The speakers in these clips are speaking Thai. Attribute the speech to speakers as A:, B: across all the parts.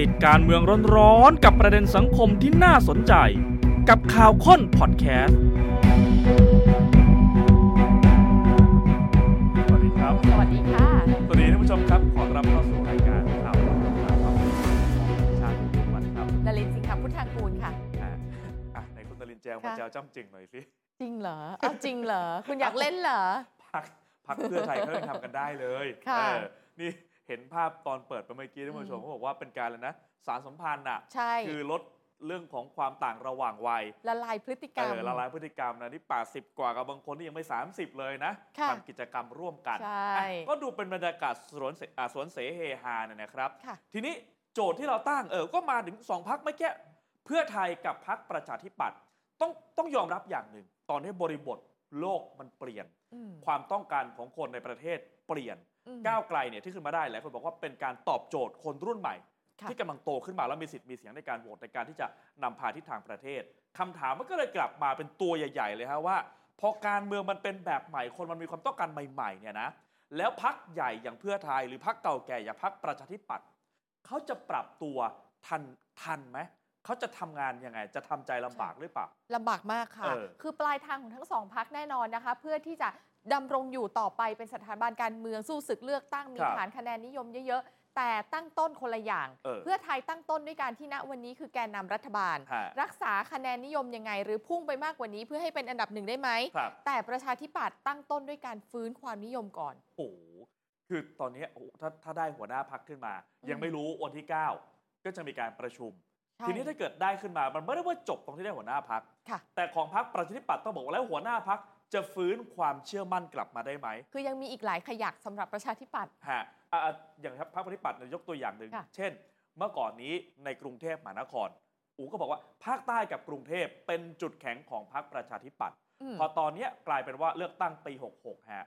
A: ติดการเมืองร้อนๆกับประเด็นสังคมที่น่าสนใจ กับข่าวค้นพอดแคสต์สวัสดีครับ
B: สวัสดีค่ะ
A: สวัสดีท่านผู้ชมครับ ขอต้อนรับเข้าสู่รายการข่าวค้นทางความเป็นของชาติทุกวันครับ
B: ดลินสิงคำพุทธางกูลค่ะ
A: อ่ะอ่ะในคุณตลินแจงมาแจวจ้ำจึงหน่อยสิ
B: จริงเหรอเอาจริงเหรอ คุณอยากเล่นเหรอ
A: พักพักเพื่อไทยเขายังทำกันได้เลย
B: ค่ะ
A: เออนี่เห็นภาพตอนเปิดไปเมื่อกี้ท่านผู้ชม
B: อืม
A: เขาบอกว่าเป็นการเลยนะ สารสัมพันธ์อ่ะ
B: ใช่
A: คือลดเรื่องของความต่างระหว่างวัย
B: ละลายพฤติกร
A: เอ
B: รม
A: อละลายพฤติกรรมนะที่80 กว่ากับบางคนที่ยังไม่ 30 เลยนะ
B: ค่ะ
A: ทำกิจกรรมร่วมกัน
B: ใช่
A: อ่ะก็ดูเป็นบรรยากาศสวนเสอ่าสวนเสเฮฮาเนี่ยนะครับ
B: ค่ะ
A: ทีนี้โจทย์ที่เราตั้งเออก็มาถึงสองพักเมื่อกี้เพื่อไทยกับพักประชาธิปัตย์ต้องต้องยอมรับอย่างหนึ่ง ตอนนี้บริบทโลกมันเปลี่ยน
B: อืม
A: ความต้องการของคนในประเทศเปลี่ยน
B: อืม
A: ก้าวไกลเนี่ยที่ขึ้นมาได้หลายคนบอกว่าเป็นการตอบโจทย์คนรุ่นใหม่
B: ค่ะ
A: ที่กำลังโตขึ้นมาแล้วมีสิทธิ์มีเสียงในการโหวตในการที่จะนำพาทิศทางประเทศคำถามมันก็เลยกลับมาเป็นตัวใหญ่ ๆ เลยฮะว่า พอการเมืองมันเป็นแบบใหม่คนมันมีความต้องการใหม่ๆเนี่ยนะแล้วพักใหญ่อย่างเพื่อไทยหรือพักเก่าแก่อย่างพักประชาธิปัตย์เขาจะปรับตัวทันทันไหมเขาจะทำงานยังไง จะทำใจลำบากหรือเปล่า
B: ลำบากมากค่ะ
A: เออ
B: คือปลายทางของทั้งสองพักแน่นอนนะคะ เพื่อที่จะดำรงอยู่ต่อไปเป็นสถาบันการเมืองสู้ศึกเลือกตั้งมี
A: ครับ
B: ฐานคะแนนนิยมเยอะๆ แต่ตั้งต้นคนละอย่าง
A: เออ
B: เพื่อไทยตั้งต้นด้วยการที่ณวันนี้คือแกนนำรัฐบาล
A: ฮะ
B: รักษาคะแนนนิยมยังไง หรือพุ่งไปมากกว่านี้เพื่อให้เป็นอันดับหนึ่งได้ไหม
A: ครับ
B: แต่ประชาธิปัตย์ตั้งต้นด้วยการฟื้นความนิยมก่อน
A: โอ้โหคือตอนนี้โอ้โหถ้าถ้าได้หัวหน้าพักขึ้นมา
B: อืม
A: ยังไม่รู้วันที่ 9 ก็จะมีการประชุม ทีนี้ถ้าเกิดได้ขึ้นมา มันไม่ได้ว่าจบตรงที่ได้หัวหน้าพัก
B: ค่ะ
A: แต่ของพักประชาธิปัตย์ต้องบอกว่าแล้วหัวหน้าพักจะฟื้นความเชื่อมั่นกลับมาได้ไหม
B: คือยังมีอีกหลายขยักสำหรับประชาธิปัตย์
A: ฮะอ่ะอ่ะอย่างพักประชาธิปัตย์เนี่ยยกตัวอย่างหนึ่ง
B: ค่ะ
A: เช่น เมื่อก่อนนี้ในกรุงเทพมหานครอูก็บอกว่าภาคใต้กับกรุงเทพเป็นจุดแข็งของพักประชาธิปัตย์
B: อืม
A: พอตอนเนี้ยกลายเป็นว่าเลือกตั้งปี 66 ฮะ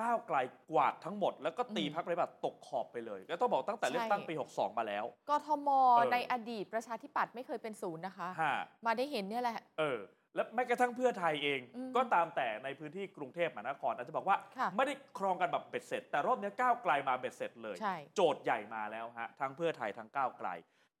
A: ก้าวไกลกวาดทั้งหมด แล้วก็ตี
B: อืม
A: พรรคประชาธิปัตย์ตกขอบไปเลย แล้วต้องบอกตั้งแต่
B: ใช่
A: เลือกตั้งปี 62 มาแล้ว
B: กทม
A: เออ
B: ในอดีตประชาธิปัตย์ไม่เคยเป็นศูนย์นะคะ
A: ฮะ
B: มาได้เห็นเนี่ยแหละ
A: เออ และแม้กระทั่งเพื่อไทยเอง
B: อืม
A: ก็ตามแต่ในพื้นที่กรุงเทพมหานครอาจจะบอกว่า
B: ค่ะ
A: ไม่ได้ครองกันแบบเบ็ดเสร็จ แต่รอบเนี้ยก้าวไกลมาเบ็ดเสร็จเลย
B: ใช่
A: โจทย์ใหญ่มาแล้วฮะ ทั้งเพื่อไทยทั้งก้าวไกล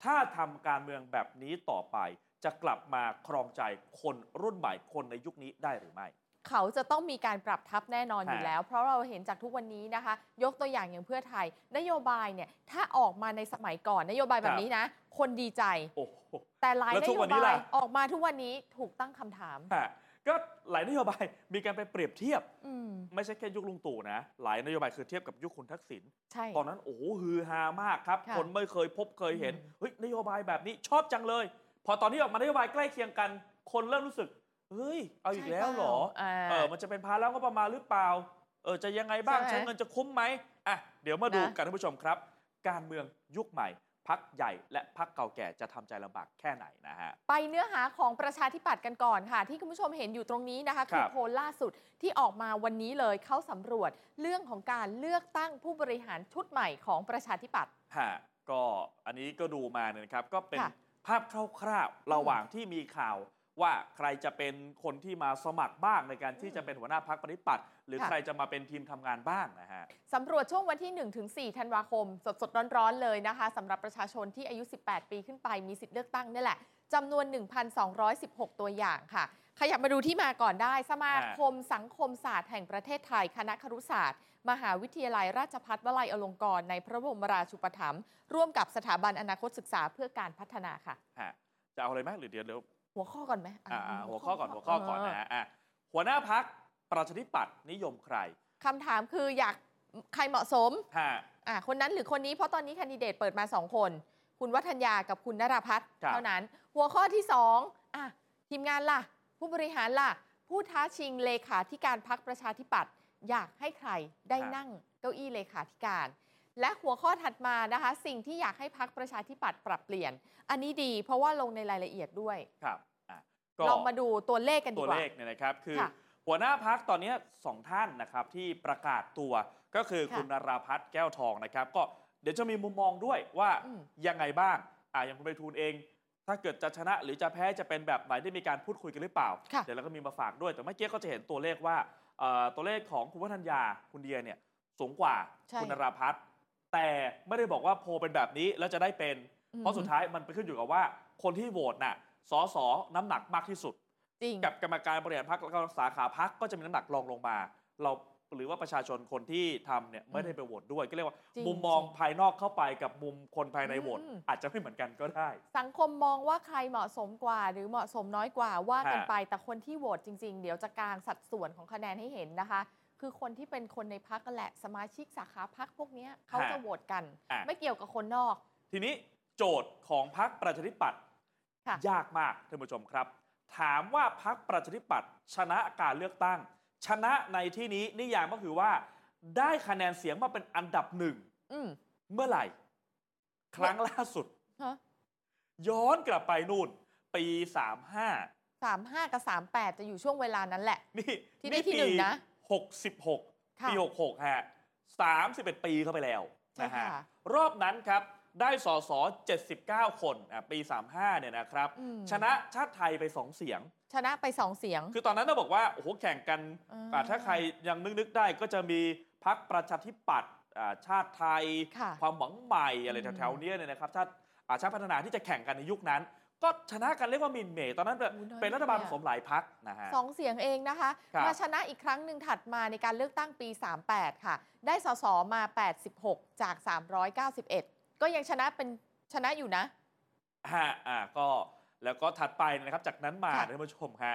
A: ถ้าทำการเมืองแบบนี้ต่อไป จะกลับมาครองใจคนรุ่นใหม่คนในยุคนี้ได้หรือไม่
B: เขาจะต้องมีการปรับทับแน่นอน
A: ฮะ
B: อยู่แล้ว เพราะเราเห็นจากทุกวันนี้นะคะ ยกตัวอย่างอย่างเพื่อไทย นโยบายเนี่ยถ้าออกมาในสมัยก่อนนโยบาย
A: ค
B: แบ
A: รั
B: บบ นี้นะ คนดีใจ
A: โอ้โห
B: แต่หลาย
A: แล้ว
B: น
A: ทุก
B: โย
A: วันนี้
B: บาย
A: ล่ะ
B: ออกมาทุกวันนี้ถูกตั้งคำถาม
A: ฮะก็หลายนโยบายมีการไปเปรียบเทียบ
B: อืม
A: ไม่ใช่แค่ยุคลุงตู่นะ หลายนโยบายคือเทียบกับยุคคุณทักษิณ
B: ใช่
A: ตอนนั้นโอ้โหฮือฮามากครับ
B: ค่ะ
A: คนไม่เคยพบเคยเห็น
B: อืม
A: เฮ้ยนโยบายแบบนี้ชอบจังเลย พอตอนนี้ออกมานโยบายใกล้เคียงกัน คนเริ่มรู้สึกเฮ้ยเอาอีกแล้วเหรอ
B: ใช่
A: เออ
B: เปล่าอ่า
A: มันจะเป็นภาระก็ประมาณหรือเปล่าเออจะยังไงบ้าง
B: ใช่
A: ใช้เงินจะคุ้มไหมอ่ะเดี๋ยวมาดู
B: นะ
A: กันท่านผู้ชมครับ การเมืองยุคใหม่พักใหญ่และพักเก่าแก่จะทำใจลำบากแค่ไหนนะฮะ
B: ไปเนื้อหาของประชาธิปัตย์กันก่อนค่ะ ที่คุณผู้ชมเห็นอยู่ตรงนี้นะคะ
A: ค
B: คือ
A: รับ
B: โพลล่าสุดที่ออกมาวันนี้เลยเขาสำรวจเรื่องของการเลือกตั้งผู้บริหารชุดใหม่ของประชาธิปัตย์
A: ฮะก็อันนี้ก็ดูมาเนี่ยนะครับ ก็เป็น
B: ค่ะ
A: ภาพคร่าวๆระหว่างที่มีข่าวว่าใครจะเป็นคนที่มาสมัครบ้างในการที่
B: อืม
A: จะเป็นหัวหน้าพักปฏิปัตย์หรือ
B: ค่ะ
A: ใครจะมาเป็นทีมทำงานบ้างนะฮะ
B: สำรวจช่วงวันที่1ถึง4ธันวาคม สดๆ ร้อนๆ เลยนะคะสำหรับประชาชนที่อายุ 18 ปีขึ้นไปมีสิทธิ์เลือกตั้งนี่แหละจำนวน 1,216 ตัวอย่างค่ะ ขยับมาดูที่มาก่อนได้ สมาคมสังคมศาสตร์แห่งประเทศไทย คณะครุศาสตร์ มหาวิทยาลัยราชภัฏวลัยอลงกรณ์ในพระบรมราชูปถัมภ์ร่วมกับสถาบันอนาคตศึกษาเพื่อการพัฒนาค่ะ
A: ฮะ จะเอาอะไรไหมหรือเดี๋ยวเดี๋ยว
B: หัวข้อก่อนไหมอ่ะ
A: อ่าอ่าหัวข้อก่อนหัวข้อก่อนนะฮะอ่ะหัวหน้าพักประชาธิปัตย์นิยมใคร
B: คำถามคืออยากใครเหมาะสม
A: ฮะ
B: อ่ะคนนั้นหรือคนนี้เพราะตอนนี้แคนดิเดตเปิดมา 2 คน คุณวัฒนยากับคุณนราพัฒน์
A: ครับ
B: เท่านั้น หัวข้อที่ 2อ่ะทีมงานล่ะ ผู้บริหารล่ะ ผู้ท้าชิงเลขาธิการพักประชาธิปัตย์อยากให้ใครได้นั่งเก้าอี้เลขาธิการ และหัวข้อถัดมานะคะ สิ่งที่อยากให้พักประชาธิปัตย์ปรับเปลี่ยน อันนี้ดีเพราะว่าลงในรายละเอียดด้วย
A: ครับอ่ะ
B: ลองมาดูตัวเลขกันดี
A: ตัว
B: กว่า
A: เลขเนี่ยนะครับ คือ
B: ค่ะ
A: หัวหน้าพักตอนเนี้ยสองท่านนะครับที่ประกาศตัวก็คือ
B: ค่ะ
A: คุณนราพัฒน์แก้วทองนะครับ ก็เดี๋ยวจะมีมุมมองด้วยว่า
B: อืม
A: ยังไงบ้างอ่าอย่างคุณไปทูลเอง ถ้าเกิดจะชนะหรือจะแพ้จะเป็นแบบไหนได้มีการพูดคุยกันหรือเปล่า
B: ค่ะ
A: เดี๋ยวเราก็มีมาฝากด้วย แต่เมื่อกี้ก็จะเห็นตัวเลขว่าเอ่อตัวเลขของคุณวัฒนยาคุณเดียเนี่ยสูงกว่า
B: ใช่
A: คุณนราพัฒน์แต่ไม่ได้บอกว่าโพลเป็นแบบนี้แล้วจะได้เป็น
B: อืม
A: เพราะสุดท้ายมันไปขึ้นอยู่กับว่า คนที่โหวตน่ะสอสอน้ำหนักมากที่สุด
B: จริง
A: กับกรรมการบริหารพรรคแล้วก็สาขาพรรคก็จะมีน้ำหนักรองลงมา เราหรือว่าประชาชนคนที่ทำเนี่ยไม่ได้ไปโหวตด้วย ก็เรียกว่า
B: จริง
A: มุมมองภายนอกเข้าไปกับมุมคนภายในโหวต
B: อืม
A: อาจจะไม่เหมือนกันก็ได้
B: สังคมมองว่าใครเหมาะสมกว่า หรือเหมาะสมน้อยกว่าว่ากัน
A: ฮะ
B: ไปแต่คนที่โหวตจริง ๆ เดี๋ยวจะกางสัดส่วนของคะแนนให้เห็นนะคะ คือคนที่เป็นคนในพักแหละสมาชิกสาขาพักพวกเนี้ยเขาจะโหวตกัน
A: อ่ะ
B: ไม่เกี่ยวกับคนนอก
A: ทีนี้โจทย์ของพรรคประชาธิปัตย์
B: ค่ะ
A: ยากมากท่านผู้ชมครับ ถามว่าพรรคประชาธิปัตย์ชนะการเลือกตั้ง ชนะในที่นี้นิยามก็คือว่า ได้คะแนนเสียงมาเป็นอันดับหนึ่ง
B: อืม
A: เมื่อไหร่ ครั้งล่าสุด
B: ฮะ
A: ย้อนกลับไปนู่น ปีสามห้า
B: สามห้ากับสามแปดจะอยู่ช่วงเวลานั้นแหละ
A: นี่
B: ที่ได้ที่หนึ่งนะ
A: หกสิบหก
B: ค่ะ
A: ปีหกหกฮะสามสิบเอ็ดปีเข้าไปแล้ว
B: ใช่
A: นะ
B: ค่ะ
A: ฮะรอบนั้นครับ ได้สอสอเจ็ดสิบเก้าคนอ่ะปีสามห้าเนี่ยนะครับ
B: อืม
A: ชนะชาติไทยไปสองเสียง
B: ชนะไปสองเสียง
A: คือตอนนั้นเราบอกว่า โอ้โห แข่งกัน
B: อ่า
A: อ่ะถ้าใครยังนึกนึกๆได้ก็จะมีพักประชาธิปัตย์อ่าชาติไทย
B: ค่ะ
A: ความหวังใหม่อะไร
B: อืม
A: แถวๆเนี้ยเนี่ยนะครับชาติอาชาติพัฒนาที่จะแข่งกันในยุคนั้น ก็ชนะกันเรียกว่ามินเมย์ตอนนั้นแบบ
B: อุ๊ยน้อย
A: เป็นรัฐบาล
B: มา
A: ผ
B: กเลยอะ
A: สมหลายพักนะฮะ
B: สองเสียงเองนะคะ
A: ครับ
B: มาชนะอีกครั้งหนึ่งถัดมาในการเลือกตั้งปี 38 ค่ะ ได้สสมา 86 จาก 391 ก็ยังชนะเป็นชนะอยู่นะ
A: ฮะอ่าก็แล้วก็ถัดไปนะครับจากนั้นมา
B: ค่ะ
A: ท่านผู้ชมฮะ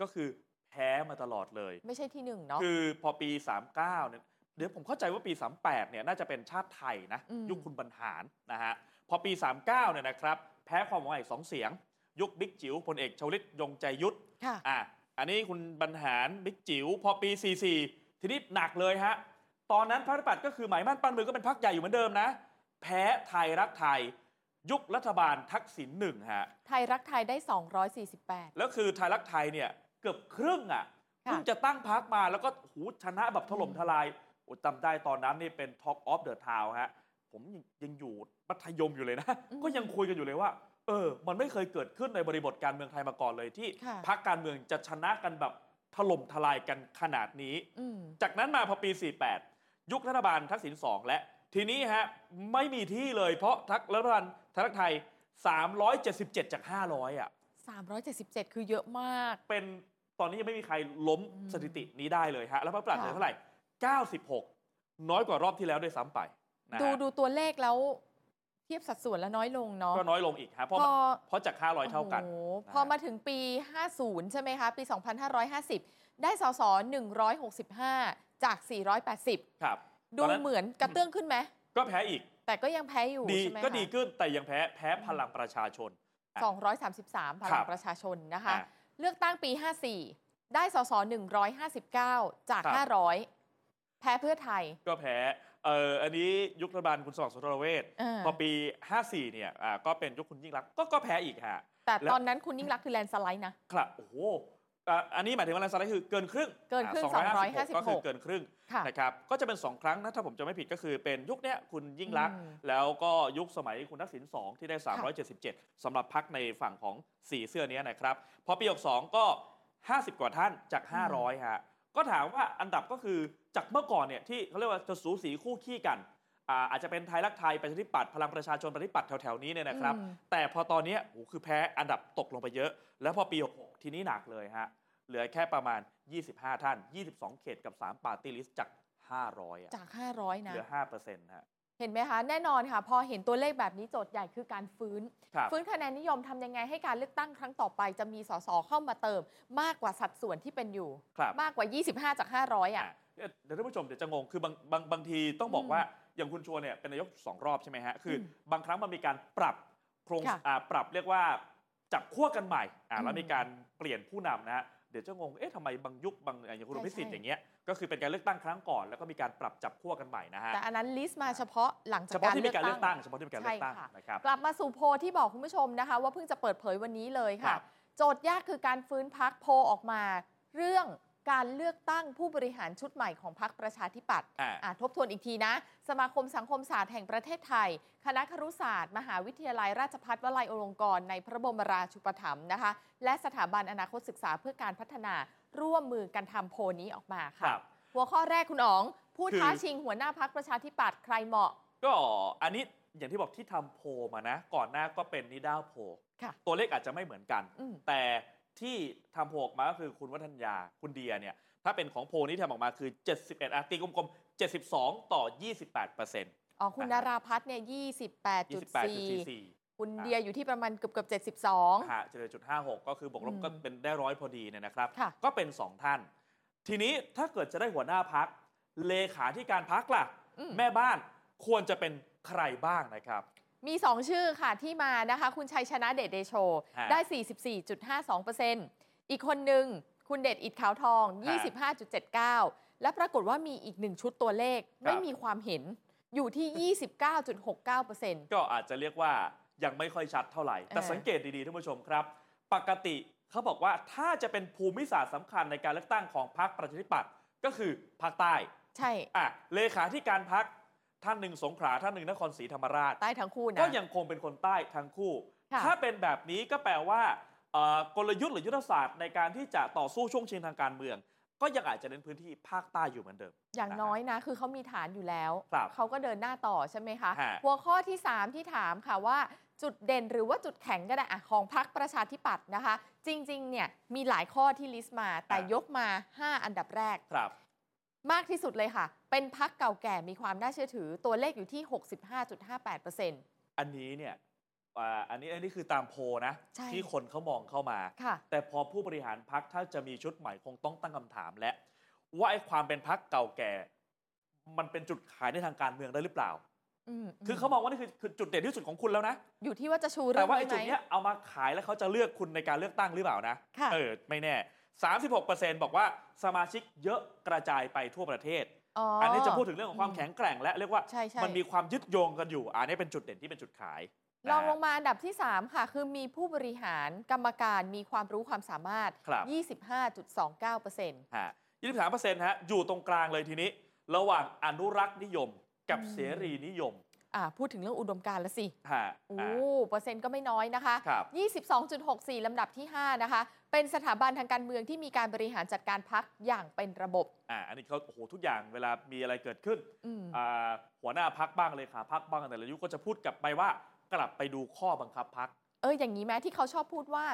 A: ก็คือแพ้มาตลอดเลย
B: ไม่ใช่ที่หนึ่งเนาะ
A: คือพอปี 39เนี่ยเดี๋ยวผมเข้าใจว่าปี 38เนี่ยน่าจะเป็นชาติไทยนะ
B: อืม
A: ยุคคุณบรรหารนะฮะพอปี 39เนี่ยนะครับแพ้ความหวังใหม่สองเสียง ยุคบิ๊กจิ๋วพลเอกชวลิตยงใจยุทธ
B: ค่ะ
A: อ่ะอันนี้คุณบรรหารบิ๊กจิ๋วพอปี 44 ทีนี้หนักเลยฮะตอนนั้นพรรคประชาธิปัตย์ก็คือหมายมั่นปั้นมือก็เป็นพรรคใหญ่อยู่เหมือนเดิมนะแพ้ไทยรักไทย ยุครัฐบาลทักษิณหนึ่งฮะ
B: ไทยรักไทยได้ 248
A: แล้วคือไทยรักไทยเนี่ยเกือบครึ่งอ่ะเพิ่งจะตั้งพักมาแล้วก็หูชนะแบบถล่มทลายโอ้จำได้ตอนนั้นนี่เป็น Talk of the Town ฮะ ผมยังยังอยู่มัธยมอยู่เลยนะ
B: อืม
A: ก็ยังคุยกันอยู่เลยว่า เออ มันไม่เคยเกิดขึ้นในบริบทการเมืองไทยมาก่อนเลยที่
B: ค่ะ
A: พักการเมืองจะชนะกันแบบถล่มทลายกันขนาดนี้
B: อืม
A: จากนั้นมาพอปี 48 ยุครัฐบาลทักษิณ2และ ทีนี้ฮะไม่มีที่เลยเพราะทักรัฐบาลไทยรักไทย 377 จาก 500อ่ะ
B: 377 คือเยอะมาก
A: เป็นตอนนี้ยังไม่มีใครล้ม
B: อืม
A: สถิตินี้ได้เลยฮะ แล้วพระประหลัดเหลือ
B: ค่ะ
A: เท่าไหร่ 96 น้อยกว่ารอบที่แล้วด้วยซ้ำไปนะ
B: ดู
A: ฮะ
B: ดูตัวเลขแล้ว เทียบสัดส่วนแล้วน้อยลงเนาะ
A: ก็น้อยลงอีกฮะ เพราะ
B: พอ
A: เพราะจาก 500 เท่ากัน
B: โอ้โห
A: นะ
B: พอมาถึงปี 50 ใช่ไหมคะ ปี 2550 ได้สส165 จาก 480
A: ครับ
B: ดู
A: ตอนนั้น
B: เหมือนกระเตื้องขึ้นไหม
A: ก็แพ้อีก
B: แต่ก็ยังแพ้อยู่
A: ดี
B: ใช่ไหม
A: ก็
B: คะ
A: ดีขึ้นแต่ยังแพ้แพ้พลังประชาชน
B: 233
A: ค
B: พ
A: รั
B: ลัง
A: บ
B: ประชาชนนะคะ
A: อ่ะ
B: เลือกตั้งปี 54 ได้สส159 จาก
A: ครับ
B: 500 แพ้เพื่อไทย
A: ก็แพ้เอออันนี้ยุครัฐบาลคุณสมัครสุนทรเวช
B: เออ
A: พอปี 54 เนี่ยอ่าก็เป็นยุคคุณยิ่งรักษณ์ก็ก็แพ้อีกฮะ
B: แต่
A: แล้ว
B: ตอนนั้นคุณยิ่งรักษณ์คือแลนด์สไลด์นะ
A: ครับโอ้โหอ่ะอันนี้หมายถึงว่าลังสไลด์คือเกินครึ่ง
B: เกินครึ่ง
A: อ่ะ
B: 256
A: ก็คือเกินครึ่ง
B: ค่ะ
A: นะครับ ก็จะเป็น 2 ครั้งนะ ถ้าผมจะไม่ผิดก็คือเป็นยุคเนี้ยคุณยิ่งรักษณ์
B: อืม
A: แล้วก็ยุคสมัยคุณทักษิณ2 ที่ได้
B: ค่ะ
A: 377สำหรับพักในฝั่งของสีเสื้อเนี้ยนะครับ พอปี62ก็ 50 กว่าท่านจาก 500 ฮะ ก็ถามว่าอันดับก็คือจากเมื่อก่อนเนี่ยที่เขาเรียกว่าจะสูสีคู่ขี้กันอ่าอาจจะเป็นไทยรักไทยประชาธิปัตย์พลังประชาชนประชาธิปัตย์แถวๆนี้เนี่ยนะครับ
B: อืม
A: แต่พอตอนเนี้ยโหคือแพ้อันดับตกลงไปเยอะ แล้วพอปี 66 ทีนี้หนักเลยฮะ เหลือแค่ประมาณ 25 ท่าน 22 เขตกับ 3 ปาร์ตี้ลิสต์จาก 500อะ
B: จาก 500 นะ
A: เหลือ 5เปอร์เซ็นต์ฮะ
B: เห็นไหมคะ แน่นอนค่ะ พอเห็นตัวเลขแบบนี้โจทย์ใหญ่คือการฟื้น
A: ครับ
B: ฟื้นคะแนนนิยมทำยังไงให้การเลือกตั้งครั้งต่อไป จะมีสสเข้ามาเติม มากกว่าสัดส่วนที่เป็นอยู่
A: ครับ
B: มากกว่า 25 จาก 500 อ่ะ
A: เอ่อเดี๋ยวท่านผู้ชมเดี๋ยวจะงง คือบางบางบางทีต้องบอก
B: อืม
A: ว่า อย่างคุณชวนเนี่ยเป็นนายกสองรอบใช่ไหมฮะ คืออ
B: ม
A: บางครั้งมันมีการปรับโครง
B: ค่ะ
A: อ่าปรับเรียกว่าจับขั้วกันใหม่อ่าแล้ว
B: อืม
A: มีการเปลี่ยนผู้นำนะฮะ เดี๋ยวจะงง เอ๊ะทำไมบางยุคบางอย่างคุณ
B: ใช่
A: พิสิทธิ์อ
B: ใช่
A: ย่างเงี้ย ก็คือเป็นการเลือกตั้งครั้งก่อนแล้วก็มีการปรับจับขั้วกันใหม่นะฮะ
B: แต่อันนั้นลิสต์มาเฉพาะหลังจาก
A: เฉพาะ
B: การ
A: ที่
B: เลื
A: มี
B: อก
A: การเลือง ก
B: ตั้
A: ตั้งเฉพาะที่มีการเลือกตั้ง
B: ใช่ค่ะ
A: นะครับ
B: กลับมาสู่โพลที่บอกคุณผู้ชมนะคะ ว่าเพิ่งจะเปิดเผยวันนี้เลย
A: ครั
B: ค่ะ
A: บ
B: โจทย์ยากคือการฟื้นพักโพลออกมา เรื่องการเลือกตั้งผู้บริหารชุดใหม่ของพรรคประชาธิปัตย์
A: อ่า
B: อ่ะทบทวนอีกทีนะ สมาคมสังคมศาสตร์แห่งประเทศไทย คณะครุศาสตร์ มหาวิทยาลัยราชภัฏวลัยอลงกรณ์ในพระบรมราชูปถัมภ์นะคะ และสถาบันอนาคตศึกษาเพื่อการพัฒนาร่วมมือกันทำโพลนี้ออกมา
A: ครั
B: ค่ะ
A: บ
B: หัวข้อแรกคุณอ๋อง ผู้
A: คือ
B: ท้าชิงหัวหน้าพักประชาธิปัตย์ใครเหมาะ
A: ก็อันนี้ อย่างที่บอกที่ทำโพลมานะ ก่อนหน้าก็เป็นนิด้าโพล
B: ค่ะ
A: ตัวเลขอาจจะไม่เหมือนกัน
B: อืม
A: แต่ที่ทำโพลออกมาก็คือคุณวัฒนยาคุณเดียเนี่ยถ้าเป็นของโพลนี้ทำออกมาคือ 71อาตีกลมๆ 72 ต่อ 28เปอร์เซ็นต์
B: อ๋อคุณดาราพัฒน์เนี่ยยี่สิบแปดจุดสี่
A: 28.44
B: คุณเดียอยู่ที่ประมาณเกือบเกือบเจ็ดสิบสอง
A: ค่ะ7.56 ก็คือบวกลบ
B: อืม
A: ก็เป็นได้ร้อยพอดีเนี่ยนะครับ
B: ค่ะ
A: ก็เป็น 2 ท่าน ทีนี้ถ้าเกิดจะได้หัวหน้าพัก เลขาที่การพักล่ะ
B: อืม
A: แม่บ้านควรจะเป็นใครบ้างนะครับ
B: มี 2 ชื่อค่ะที่มานะคะ คุณชัยชนะเดชเดโช
A: ฮะ
B: ได้ 44.52%อีกคนหนึ่งคุณเดชอิดขาวทอง
A: ฮะ
B: 25.79 และปรากฏว่ามีอีกหนึ่งชุดตัวเลข
A: ครับ
B: ไม่มีความเห็นอยู่ที่ 29.69%
A: ก็อาจจะเรียกว่ายังไม่ค่อยชัดเท่าไหร่ แต่
B: เออ
A: สังเกตดีๆท่านผู้ชมครับ ปกติเขาบอกว่าถ้าจะเป็นภูมิศาสตร์สำคัญในการเลือกตั้งของพรรคประชาธิปัตย์ก็คือภาคใต้
B: ใช่
A: อ่ะเลขาธิการพรรคท่านหนึ่งสงขลาท่านหนึ่งนครศรีธรรมราช
B: ใต้ทั้งคู่นะ
A: ก็ยังคงเป็นคนใต้ทั้งคู่
B: ค่ะ
A: ถ้าเป็นแบบนี้ก็แปลว่าเอ่อกลยุทธ์หรือยุทธศาสตร์ในการที่จะต่อสู้ช่วงชิงทางการเมือง ก็ยังอาจจะเน้นพื้นที่ภาคใต้อยู่เหมือนเดิม
B: อย่างน้อยนะ คือเขามีฐานอยู่แล้ว
A: ครับ
B: เขาก็เดินหน้าต่อใช่ไหมคะ
A: ฮะ
B: หัวข้อที่ 3 ที่ถามค่ะว่าจุดเด่นหรือว่าจุดแข็งก็ได้อะของพรรคประชาธิปัตย์นะคะ จริง ๆ เนี่ย มีหลายข้อที่ลิสต์มา แต่
A: อ่ะ
B: ยกมา 5 อันดับแรก
A: ครับ
B: มากที่สุดเลยค่ะ เป็นพักเก่าแก่มีความน่าเชื่อถือ ตัวเลขอยู่ที่ 65.58%
A: อันนี้เนี่ยอ่าอันนี้อันนี้คือตามโพลนะ
B: ใช่
A: ที่คนเขามองเข้ามา
B: ค่ะ
A: แต่พอผู้บริหารพักถ้าจะมีชุดใหม่คงต้องตั้งคำถามและ ว่าไอ้ความเป็นพักเก่าแก่ มันเป็นจุดขายในทางการเมืองได้หรือเปล่า
B: อืม
A: คือเขามองว่านี่คือคือจุดเด่นที่สุดของคุณแล้วนะ
B: อยู่ที่ว่าจะชูเรื่
A: แต่
B: อง
A: ว่า
B: ไว้
A: ไอ้
B: ไห
A: จุด
B: ม
A: เนี้ยเอามาขายแล้วเขาจะเลือกคุณในการเลือกตั้งหรือเปล่านะ
B: ค่ะ
A: เออ ไม่แน่ 36%บอกว่าสมาชิกเยอะกระจายไปทั่วประเทศ
B: อ๋อ
A: อั
B: อั
A: นนี้จะพูดถึงเรื่องของความแข็งแกร่ง และเรียกว่า
B: ใช่ใช่
A: มันมีความยึดโยงกันอยู่ อันนี้เป็นจุดเด่นที่เป็นจุดขายนะ
B: ลองลงมาอันดับที่ 3 ค่ะ คือมีผู้บริหารกรรมการมีความรู้ความสามารถ
A: ครับ
B: 25.29%
A: ฮะยี่สิบสามเปอร์เซ็นต์ฮะ อยู่ตรงกลางเลยทีนี้ ระหว่างอนุรักษ์นิยมกับเสรีนิยม
B: อ่าพูดถึงเรื่องอุดมการณ์ละสิ
A: ฮะ
B: โอ้
A: อ่า
B: เปอร์เซ็นต์ก็ไม่น้อยนะคะ
A: ครับ
B: 22.64 ลำดับที่ 5 นะคะ เป็นสถาบันทางการเมืองที่มีการบริหารจัดการพักอย่างเป็นระบบ
A: อ่า อันนี้เขาโอ้โห ทุกอย่างเวลามีอะไรเกิดขึ้น
B: อืม
A: อ่าหัวหน้าพักบ้างเลยค่ะพักบ้างแต่ละยุคก็จะพูดกลับไปว่ากลับไปดูข้อบังคับพัก
B: เอออย่างนี้ไหมที่เขาชอบพูดว่า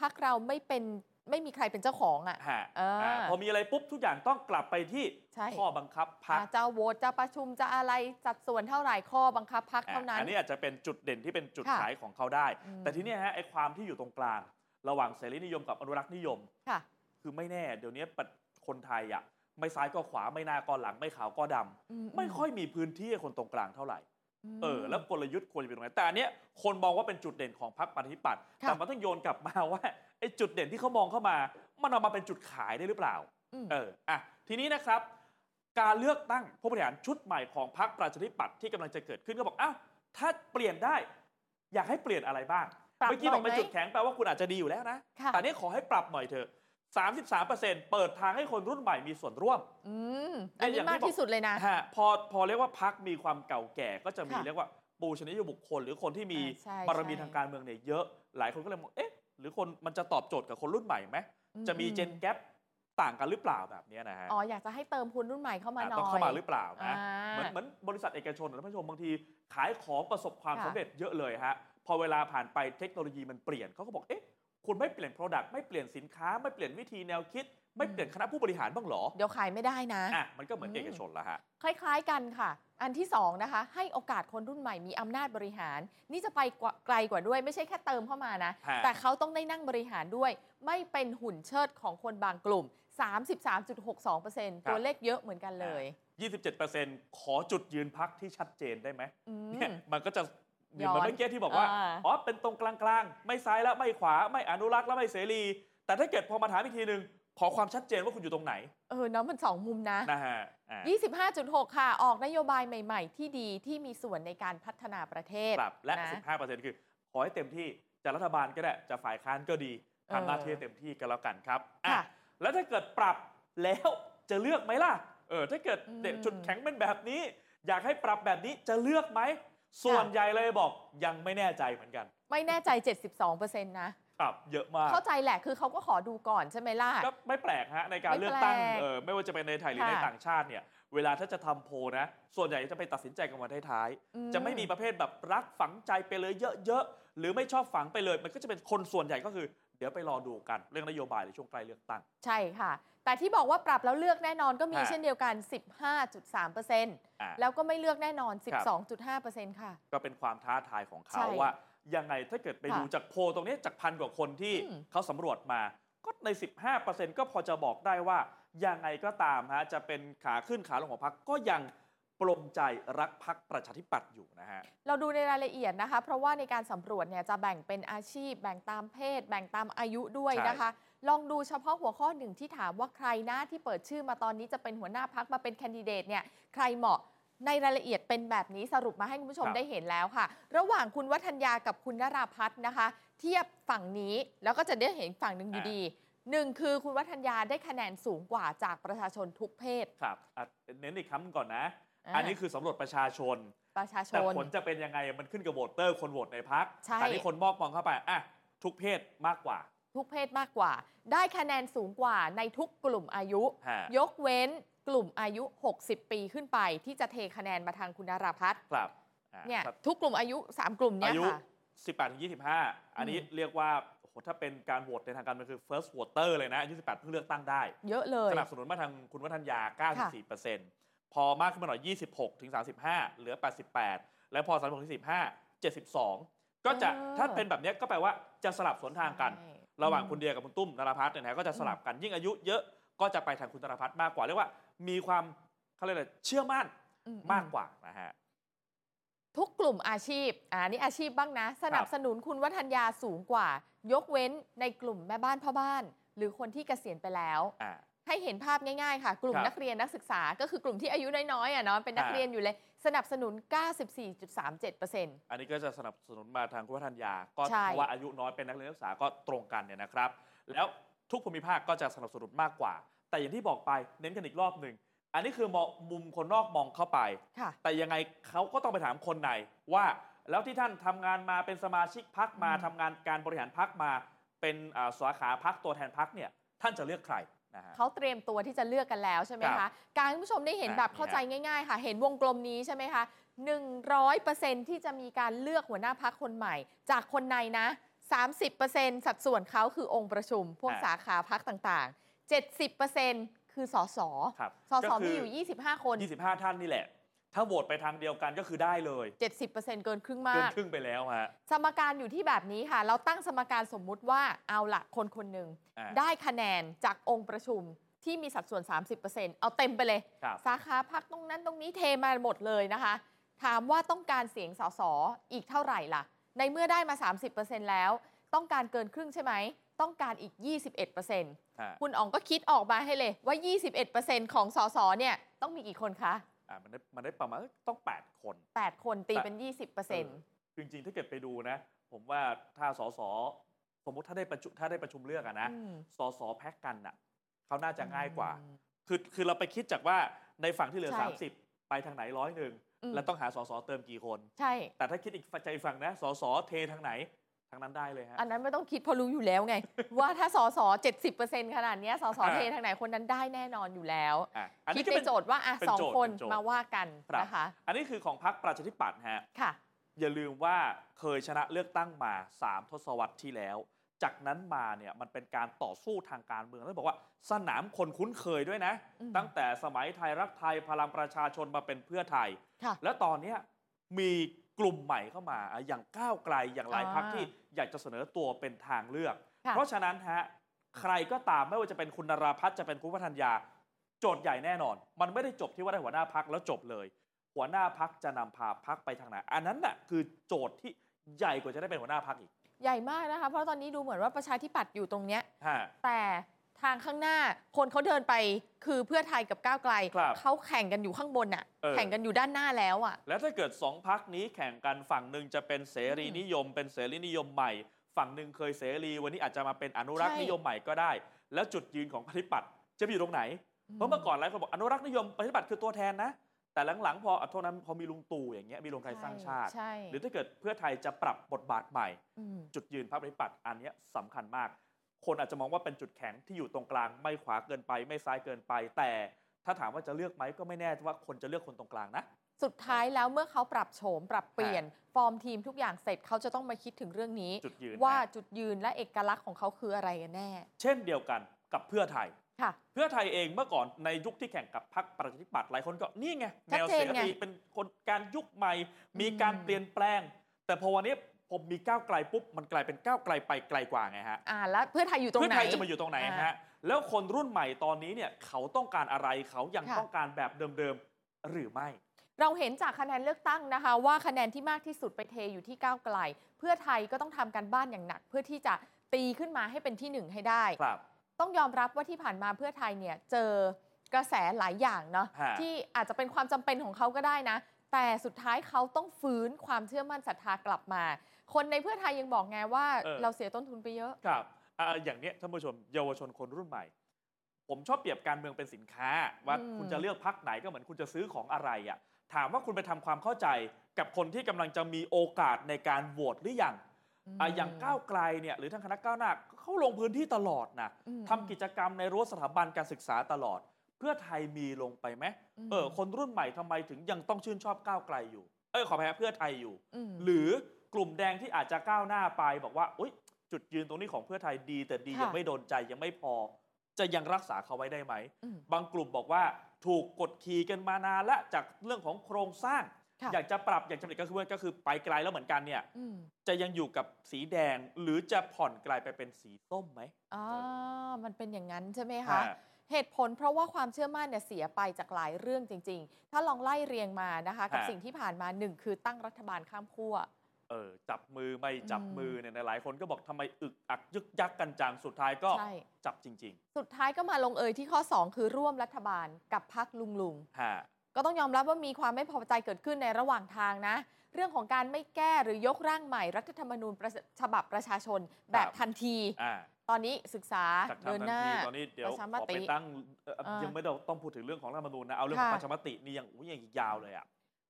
B: พักเราไม่เป็นไม่มีใครเป็นเจ้าของอ่ะ
A: ฮะ
B: อ่า
A: อ่าพอมีอะไรปุ๊บทุกอย่างต้องกลับไปที่
B: ใช่
A: ข้อบังคับพัก
B: อ่ะจะโหวตจะประชุมจะอะไรสัดส่วนเท่าไหร่ข้อบังคับพักเท่านั้น
A: อันนี้อาจจะเป็นจุดเด่นที่เป็นจุด
B: ค่ะ
A: ขายของเขาได้
B: อืม
A: แต่ทีเนี้ยฮะไอความที่อยู่ตรงกลาง ระหว่างเสรีนิยมกับอนุรักษ์นิยม
B: ค่ะ
A: คือไม่แน่ เดี๋ยวนี้ปัจคนไทยอะไม่ซ้ายก็ขวาไม่หน้าก็หลังไม่ขาวก็ดำไม่ค่อยมีพื้นที่ให้คนตรงกลางเท่าไหร่ เออแล้วกลยุทธ์ควรจะเป็นตรงไหนแต่อันเนี้ยคนมองว่าเป็นจุดเด่นของพรรคประชาธิปัตย์
B: ค่ะ
A: แต่มันต้องโยนกลับมาว่าไอ้จุดเด่นที่เขามองเข้ามา มันเอามาเป็นจุดขายได้หรือเปล่า
B: อืม
A: เอออ่ะทีนี้นะครับ การเลือกตั้งผู้บริหารชุดใหม่ของพรรคประชาธิปัตย์ที่กำลังจะเกิดขึ้นก็บอกอ้าวถ้าเปลี่ยนได้ อยากให้เปลี่ยนอะไรบ้าง
B: ปรับ
A: เมื่อกี้บอกเป็น
B: หน่อยไหม
A: จุดแข็งแปลว่าคุณอาจจะดีอยู่แล้วนะ
B: ค่ะ
A: แต่อันนี้ขอให้ปรับหน่อยเถอะ33%เปิดทางให้คนรุ่นใหม่มีส่วนร่วม
B: อืมอัน
A: อ
B: นี้
A: ย่างที่
B: มากที่สุดเลยนะ
A: ฮะพอพอเรียกว่าพักมีความเก่าแก่ก็จะมี
B: ค่ะ
A: เรียกว่าปูชนียบุคคล หรือคนที่มี
B: อ่าใช่
A: บารมี
B: ใช่
A: ทางการเมืองเนี่ยเยอะ หลายคนก็เลยมองเอ๊ะหรือคนมันจะตอบโจทย์กับคนรุ่นใหม่ไหม
B: อื
A: จะมีเจนแกปต่างกันหรือเปล่าแบบเนี้ยนะฮะ
B: อ๋ออยากจะให้เติมคุณรุ่นใหม่เข้ามาห
A: อ่า
B: น่อย
A: ต้องเข้ามาหรือเปล่านะ
B: อ่า
A: เหมือนเหมือนบริษัทเอกชนนะท่านผู้ชมบางทีขายของประสบความ
B: ค่ะ
A: สำเร็จเยอะเลยฮะพอเวลาผ่านไปเทคโนโลยีมันเปลี่ยนเขาก็บอกเอ๊ะคุณไม่เปลี่ยน Product ไม่เปลี่ยนสินค้า ไม่เปลี่ยนวิธีแนวคิด ไม่เปลี่ยนคณะผู้บริหารบ้างเหรอ
B: เดี๋ยวขายไม่ได้นะ
A: อ่ะมันก็เหมือนเอกชนละฮะ
B: คล้ายๆกันค่ะ อันที่ 2 นะคะ ให้โอกาสคนรุ่นใหม่มีอำนาจบริหาร นี่จะไปกว่าไกลกว่าด้วย ไม่ใช่แค่เติมเข้ามานะ
A: ฮะ
B: แต่เขาต้องได้นั่งบริหารด้วย ไม่เป็นหุ่นเชิดของคนบางกลุ่ม 33.62%ตัวเลขเยอะเหมือนกันเลย
A: 27%ขอจุดยืนพักที่ชัดเจนได้ไหม
B: อืม
A: เนี่ยมันก็จะเหมือน
B: ย้อน
A: เมื่อกี้ที่บอกว่า
B: อ่า
A: อ๋อ เป็นตรงกลางๆ ไม่ซ้ายและไม่ขวา ไม่อนุรักษ์และไม่เสรี แต่ถ้าเกิดพอมาถามอีกทีหนึ่งขอความชัดเจนว่าคุณอยู่ตรงไหน
B: เออเนาะมัน 2 มุมนะ
A: นะฮะอ่า
B: 25.6 ค่ะ ออกนโยบายใหม่ ๆ ที่ดีที่มีส่วนในการพัฒนาประเทศ
A: ครับและ
B: นะ
A: 15%คือ ขอให้เต็มที่ จะรัฐบาลก็ได้ จะฝ่ายค้านก็ดีทำหน้าที่ให้เต็มที่กันแล้วกันครับอ่ะ
B: ค่ะ
A: แล้วถ้าเกิดปรับแล้วจะเลือกไหมล่ะ เออ ถ้าเกิด
B: อืม
A: เด็กจุดแข็งเป็นแบบนี้ อยากให้ปรับแบบนี้จะเลือกไหม ส่วนใหญ่เลยบอกยังไม่แน่ใจเหมือนกัน
B: ไม่แน่ใจ 72%นะ
A: ครับเยอะมาก
B: เข้าใจแหละคือเขาก็ขอดูก่อนใช่ไหมล่ะ
A: ก็ไม่แปลกฮะในการเลือกตั้ง
B: ไม่แปลก
A: เออไม่ว่าจะเป็นในไทยหรือ
B: ค่ะ
A: ในต่างชาติเนี่ยเวลาถ้าจะทำโพลนะ ส่วนใหญ่จะไปตัดสินใจกันวันท้ายๆ
B: อื
A: จะไม่มีประเภทแบบรักฝังใจไปเลยเยอะๆ หรือไม่ชอบฝังไปเลย มันก็จะเป็นคนส่วนใหญ่ก็คือ เดี๋ยวไปรอดูกันเรื่องนโยบายในช่วงใกล้เลือกตั้ง
B: ใช่ค่ะ แต่ที่บอกว่าปรับแล้วเลือกแน่นอนก็มี
A: ฮะ
B: เช่นเดียวกัน 15.3%
A: อ่า
B: แล้วก็ไม่เลือกแน่นอน 12.5%ค่ะ
A: ก็เป็นความท้าทายของเขา
B: ใช่
A: ว่า ยังไงถ้าเกิดไป
B: ค่ะ
A: ดูจากโพลตรงนี้จากพันกว่าคนที่
B: อืม
A: เขาสำรวจมา ก็ใน 15%ก็พอจะบอกได้ว่า ยังไงก็ตามฮะจะเป็นขาขึ้นขาลงของพรรคก็ยังปลงใจรักพรรคประชาธิปัตย์อยู่นะฮะ
B: เราดูในรายละเอียดนะคะ เพราะว่าในการสำรวจเนี่ยจะแบ่งเป็นอาชีพ แบ่งตามเพศ แบ่งตามอายุด้วยนะคะ ลองดูเฉพาะหัวข้อหนึ่งที่ถามว่าใครนะที่เปิดชื่อมาตอนนี้จะเป็นหัวหน้าพักมาเป็นแคนดิเดตเนี่ยใครเหมาะในรายละเอียดเป็นแบบนี้สรุปมาให้คุณผู้ชม
A: ครับ
B: ได้เห็นแล้วค่ะ ระหว่างคุณวัฒนยากับคุณนราพัฒน์นะคะ เทียบฝั่งนี้แล้วก็จะได้เห็นฝั่งหนึ่งอยู่ดีหนึ่งคือคุณวัฒนยาได้คะแนนสูงกว่าจากประชาชนทุกเพศ
A: ครับอ่ะเน้นอีกครั้งหนึ่งก่อนนะ
B: า
A: อันนี้คือสำรวจประชาชน
B: ประชาช
A: แต่
B: น
A: ผลจะเป็นยังไงมันขึ้นกับโหวตเตอร์คนโหวตในพัก
B: ใช่
A: แต่ที่คนมอกมองเข้าไปอ่ะทุกเพศมากกว่า
B: ทุกเพศมากกว่า ได้คะแนนสูงกว่าในทุกกลุ่มอายุ
A: ฮะ
B: ยกเว้นกลุ่มอายุ 60 ปีขึ้นไป ที่จะเทคะแนนมาทางคุณนราพัฒน์
A: ครับอ่ะ
B: เนี่ย
A: ครับ
B: ทุกกลุ่มอายุ 3 กลุ่มเนี่
A: อาย ยุ
B: ค่ะ
A: 18ถึง25 อันนี้เรียกว่าโอ้โหถ้าเป็นการโหวตในทางการเมืองคือ first voter เลยนะอายุ18เพิ่งเลือกตั้งได้
B: เยอะเลย
A: สนับสนุนมาทางคุณวัฒนยา 94%พอมากขึ้นมาหน่อย 26 ถึง 35 เหลือ 88 แล้วพอ 36ถึง15 72 ก็จะ
B: เออ
A: ถ้าเป็นแบบเนี้ยก็แปลว่าจะสลับสวนทางกัน
B: ใช่
A: ระหว่างคุณเดียกับคุณตุ้มนราพัฒน์เนี่ยนะก็จะสลับกันยิ่งอายุเยอะก็จะไปทางคุณนราพัฒน์มากกว่าเรียกว่ามีความเขาเรียกอะไรเชื่อมั่น
B: อืม
A: มากกว่านะฮะ
B: ทุกกลุ่มอาชีพอ่านี่อาชีพบ้างนะ สนับสนุนคุณวัฒนยาสูงกว่า ยกเว้นในกลุ่มแม่บ้านพ่อบ้าน หรือคนที่เกษียณไปแล้ว
A: อ่า
B: ให้เห็นภาพง่ายๆค่ะ กลุ่ม
A: ครับ
B: นักเรียนนักศึกษาก็คือกลุ่มที่อายุน้อยๆอ่ะเนาะเป็นนัก
A: อ่า
B: เรียนอยู่เลย สนับสนุน 94.37%
A: อันนี้ก็จะสนับสนุนมาทางคุณวัฒนยา ก็
B: ใช่
A: เพราะว่าอายุน้อยเป็นนักเรียนนักศึกษาก็ตรงกันเนี่ยนะครับ แล้วทุกภูมิภาคก็จะสนับสนุนมากกว่า แต่อย่างที่บอกไปเน้นกันอีกรอบหนึ่งอันนี้คือมองมุมคนนอกมองเข้าไป
B: ค่ะ
A: แต่ยังไงเขาก็ต้องไปถามคนในว่า แล้วที่ท่านทำงานมาเป็นสมาชิกพักมา
B: อืม
A: ทำงานการบริหารพักมา เป็นอ่าสาขาพักตัวแทนพักเนี่ยท่านจะเลือกใครนะฮะ
B: เขาเตรียมตัวที่จะเลือกกันแล้วใช่ไหม
A: ครั
B: คะ
A: บ
B: การให้ผู้ชมได้เห็น
A: นะ
B: แบบเข้า
A: นี่ฮะ
B: ใจง่าย ๆ ค่ะ เห็นวงกลมนี้ใช่ไหมคะ100%ที่จะมีการเลือกหัวหน้าพักคนใหม่ จากคนในนะ 30%สัดส่วนเขาคือองค์ประชุม พวกสาขาพักต่างๆ 70%คือสส
A: ครับ
B: สส
A: ก็คื
B: มีอยู่ 25 คน
A: 25 ท่านนี่แหละ ถ้าโหวตไปทางเดียวกันก็คือได้เลย
B: 70%เกินครึ่งมา
A: เกิน
B: ก
A: ครึ่งไปแล้วฮะ
B: สมการอยู่ที่แบบนี้ค่ะ เราตั้งสมการสมมุติว่าเอาละคนคนหนึ่ง
A: อ่า
B: ได้คะแนนจากองค์ประชุมที่มีสัดส่วน 30%เอาเต็มไปเลย
A: ครับ
B: สาขาพักตรงนั้นตรงนี้เทมาหมดเลยนะคะ ถามว่าต้องการเสียงสสอีกเท่าไหร่ล่ะ ในเมื่อได้มา 30%แล้ว ต้องการเกินครึ่งใช่ไหม ต้องการอีก 21%
A: ฮะ
B: คุณอ๋องก็คิดออกมาให้เลยว่า 21%ของสสเนี่ยต้องมีกี่คนคะ
A: อ่ามันได้มันได้ประมาณต้อง 8 คน
B: 8 คนตีเป็น 20%
A: จริงๆ ถ้าเกิดไปดูนะ ผมว่าถ้าสสสมมติถ้าได้ประชุมถ้าได้ประชุมเลือกอะนะ
B: อืม
A: สสแพ็กกันอ่ะเขาน่าจะง่ายกว่า คือคือเราไปคิดจากว่าในฝั่งที่เหลือ
B: ใช่
A: 30 ไปทางไหนร้อยหนึ่ง
B: อืม
A: แล้วต้องหาสสเติมกี่คน
B: ใช่
A: แต่ถ้าคิดอีกใจฝั่งนะสสเททางไหนทางนั้นได้เลยฮะ
B: อันนั้นไม่ต้องคิดเพราะรู้อยู่แล้วไง ว่าถ้าสอสอ70%ขนาดเนี้ยสอสอ
A: อ่า
B: เททางไหนคนนั้นได้แน่นอนอยู่แล้ว
A: อ่ะอัน
B: คิ
A: นี้
B: ด
A: ก็
B: เป็
A: เป็น น
B: โจทย์ว่าอ่ะ
A: เป็น
B: สอง
A: โจทย์
B: คน
A: เป็นโจทย์
B: มาว่ากัน
A: ครับ
B: นะคะ
A: อันนี้คือของพรรคประชาธิปัตย์ฮะ
B: ค่ะ
A: อย่าลืมว่าเคยชนะเลือกตั้งมา 3 ทศวรรษที่แล้ว จากนั้นมาเนี่ยมันเป็นการต่อสู้ทางการเมืองแล้วบอกว่าสนามคนคุ้นเคยด้วยนะ
B: อืม
A: ตั้งแต่สมัยไทยรักไทยพลังประชาชนมาเป็นเพื่อไทย
B: ค่ะ
A: แล้วตอนเนี้ยมีกลุ่มใหม่เข้ามาอ่ะอย่างก้าวไกลอย่างหลาย
B: อ่า
A: พักที่อยากจะเสนอตัวเป็นทางเลือก
B: ค่ะ
A: เพราะฉะนั้นฮะใครก็ตามไม่ว่าจะเป็นคุณนราพัฒน์จะเป็นคุณวัฒนยา โจทย์ใหญ่แน่นอน มันไม่ได้จบที่ว่าได้หัวหน้าพักแล้วจบเลย หัวหน้าพักจะนำพาพักไปทางไหนอันนั้นน่ะคือโจทย์ที่ใหญ่กว่าจะได้เป็นหัวหน้าพักอีก
B: ใหญ่มากนะคะ เพราะตอนนี้ดูเหมือนว่าประชาธิปัตย์อยู่ตรงเนี้ย
A: ฮะ
B: แต่ทางข้างหน้าคนเขาเดินไปคือเพื่อไทยกับก้าวไกล
A: ครับ
B: เขาแข่งกันอยู่ข้างบนอะ
A: เออ
B: แข่งกันอยู่ด้านหน้าแล้วอะ
A: แล้วถ้าเกิดสองพักนี้แข่งกันฝั่งหนึ่งจะเป็นเสรี
B: อืม
A: นิยม เป็นเสรีนิยมใหม่ ฝั่งหนึ่งเคยเสรีวันนี้อาจจะมาเป็นอนุรักษ์
B: ใช่
A: นิยมใหม่ก็ได้ แล้วจุดยืนของปฏิปัตย์จะไปอยู่ตรงไหน เพราะเมื่อก่อนหลายคนบอกอนุรักษ์นิยมปฏิปัตย์คือตัวแทนนะ แต่หลังๆพออ่ะโทษนั้นพอมีลุงตู่อย่างเงี้ยมีรวมไทยสร้างชาติ
B: ใช่
A: หรือถ้าเกิดเพื่อไทยจะปรับบทบาทใหม่
B: อืม
A: จุดยืนพรรคประชาธิปัตย์อันเนี้ยสำคัญมาก คนอาจจะมองว่าเป็นจุดแข็งที่อยู่ตรงกลางไม่ขวาเกินไป ไม่ซ้ายเกินไป แต่ถ้าถามว่าจะเลือกไหมก็ไม่แน่ว่าคนจะเลือกคนตรงกลางนะ
B: สุดท้ายแล้วเมื่อเขาปรับโฉม ปรับเปลี่ยน ฟอร์มทีมทุกอย่างเสร็จเขาจะต้องมาคิดถึงเรื่องนี้
A: จุดยืน
B: ว่า
A: นะ
B: จุดยืนและเอกลักษณ์ของเขาคืออะไรกันแน่
A: เช่นเดียวกันกับเพื่อไทย
B: ค่ะ
A: เพื่อไทยเองเมื่อก่อนในยุคที่แข่งกับพรรคประชาธิปัตย์หลายคนก็นี่ไง
B: ชัด
A: แนว
B: เจ
A: เส
B: นไง
A: รีเป็นคนการยุคใหม่ มีการ
B: อืม
A: เปลี่ยนแปลง แต่พอวันนี้ผมมีก้าวไกลปุ๊บมันกลายเป็นก้าวไกลไปไกลกว่าไงฮะ
B: อ่าแล้วเพื่อไทยอยู่ตรง
A: เพื่อ
B: ไหน
A: ไทยจะมาอยู่ตรงไหน
B: อ่า
A: ฮะ แล้วคนรุ่นใหม่ตอนนี้เนี่ยเขาต้องการอะไรเขายัง
B: ค่ะ
A: ต้องการแบบเดิมๆ หรือไม่
B: เราเห็นจากคะแนนเลือกตั้งนะคะ ว่าคะแนนที่มากที่สุดไปเทอยู่ที่ก้าวไกล เพื่อไทยก็ต้องทำการบ้านอย่างหนัก เพื่อที่จะตีขึ้นมาให้เป็นที่หนึ่งให้ได้
A: ครับ
B: ต้องยอมรับว่าที่ผ่านมาเพื่อไทยเนี่ยเจอกระแสหลายอย่างเนาะ
A: ฮะ
B: ที่อาจจะเป็นความจำเป็นของเขาก็ได้นะ แต่สุดท้ายเขาต้องฟื้นความเชื่อมั่นศรัทธากลับมา คนในเพื่อไทยยังบอกไงว่า
A: เออ
B: เราเสียต้นทุนไปเยอะ
A: ครับอ่าอย่างเนี้ยท่านผู้ชมเยาวชนคนรุ่นใหม่ ผมชอบเปรียบการเมืองเป็นสินค้า ว่า
B: อืม
A: คุณจะเลือกพักไหนก็เหมือนคุณจะซื้อของอะไรอะ่ะถามว่าคุณไปทำความเข้าใจกับคนที่กำลังจะมีโอกาสในการโหวตหรือยังอ่ะอย่างก้าวไกลเนี่ยหรือทางคณะก้าวหน้าเขาลงพื้นที่ตลอดนะ
B: อืม
A: ทำกิจกรรมในรั้วสถาบันการศึกษาตลอด เพื่อไทยมีลงไปไหม
B: ม
A: เออคนรุ่นใหม่ทำไมถึงยังต้องชื่นชอบก้าวไกลอยู่ เอ้ยขอแพ้เพื่อไทยอยู่
B: ม
A: หรือกลุ่มแดงที่อาจจะก้าวหน้าไปบอกว่าอุยจุดยืนตรงนี้ของเพื่อไทยดี แต่ดี
B: ค่ะ
A: ยังไม่โดนใจยังไม่พอ จะยังรักษาเขาไว้ได้ไหม
B: อืม
A: บางกลุ่มบอกว่าถูกกดขี่กันมานานละจากเรื่องของโครงสร้าง
B: ค่ะ
A: อยากจะปรับอยากจะเปลี่ยนก็คือว่าก็คือไปไกลแล้วเหมือนกันเนี่ย
B: อืม
A: จะยังอยู่กับสีแดงหรือจะผ่อนกลายไปเป็นสีส้มไหม
B: อ่ามันเป็นอย่างนั้นใช่ไหมคะ
A: อ่า
B: เหตุผลเพราะว่าความเชื่อมั่นเนี่ยเสียไปจากหลายเรื่องจริง ๆ ถ้าลองไล่เรียงมานะคะ กับ
A: ฮะ
B: สิ่งที่ผ่านมาหนึ่งคือตั้งรัฐบาลข้ามขั้ว
A: เออจับมือไม่จับ
B: อืม
A: มือเนี่ยหลายคนก็บอกทำไมอึกอักยึกยักกันจังสุดท้ายก็
B: ใช่
A: จับจริง
B: สุดท้ายก็มาลงเอยที่ข้อ 2 คือร่วมรัฐบาลกับพักลุงลุง
A: ๆฮะ
B: ก็ต้องยอมรับว่ามีความไม่พอใจเกิดขึ้นในระหว่างทางนะ เรื่องของการไม่แก้หรือยกร่างใหม่รัฐธรรมนูญประชฉบับประชาชนแบบทันที
A: อ่า
B: ตอนนี้ศึกษา
A: จาก
B: เดิ
A: ทำทั
B: น
A: น
B: หน้า
A: ทีตอนนี้เดี๋ยว
B: ประชาม
A: ขอ
B: ติ
A: ไปตั้งเอ่อ
B: อ่ายั
A: ยังไม่ต้องต้องพูดถึงเรื่องของรัฐธรรมนูญนะเอาเรื่องของ
B: ค่ะ
A: ประชามตินี่ยังอุ้ยยังอีกยาวเลยอ่ะ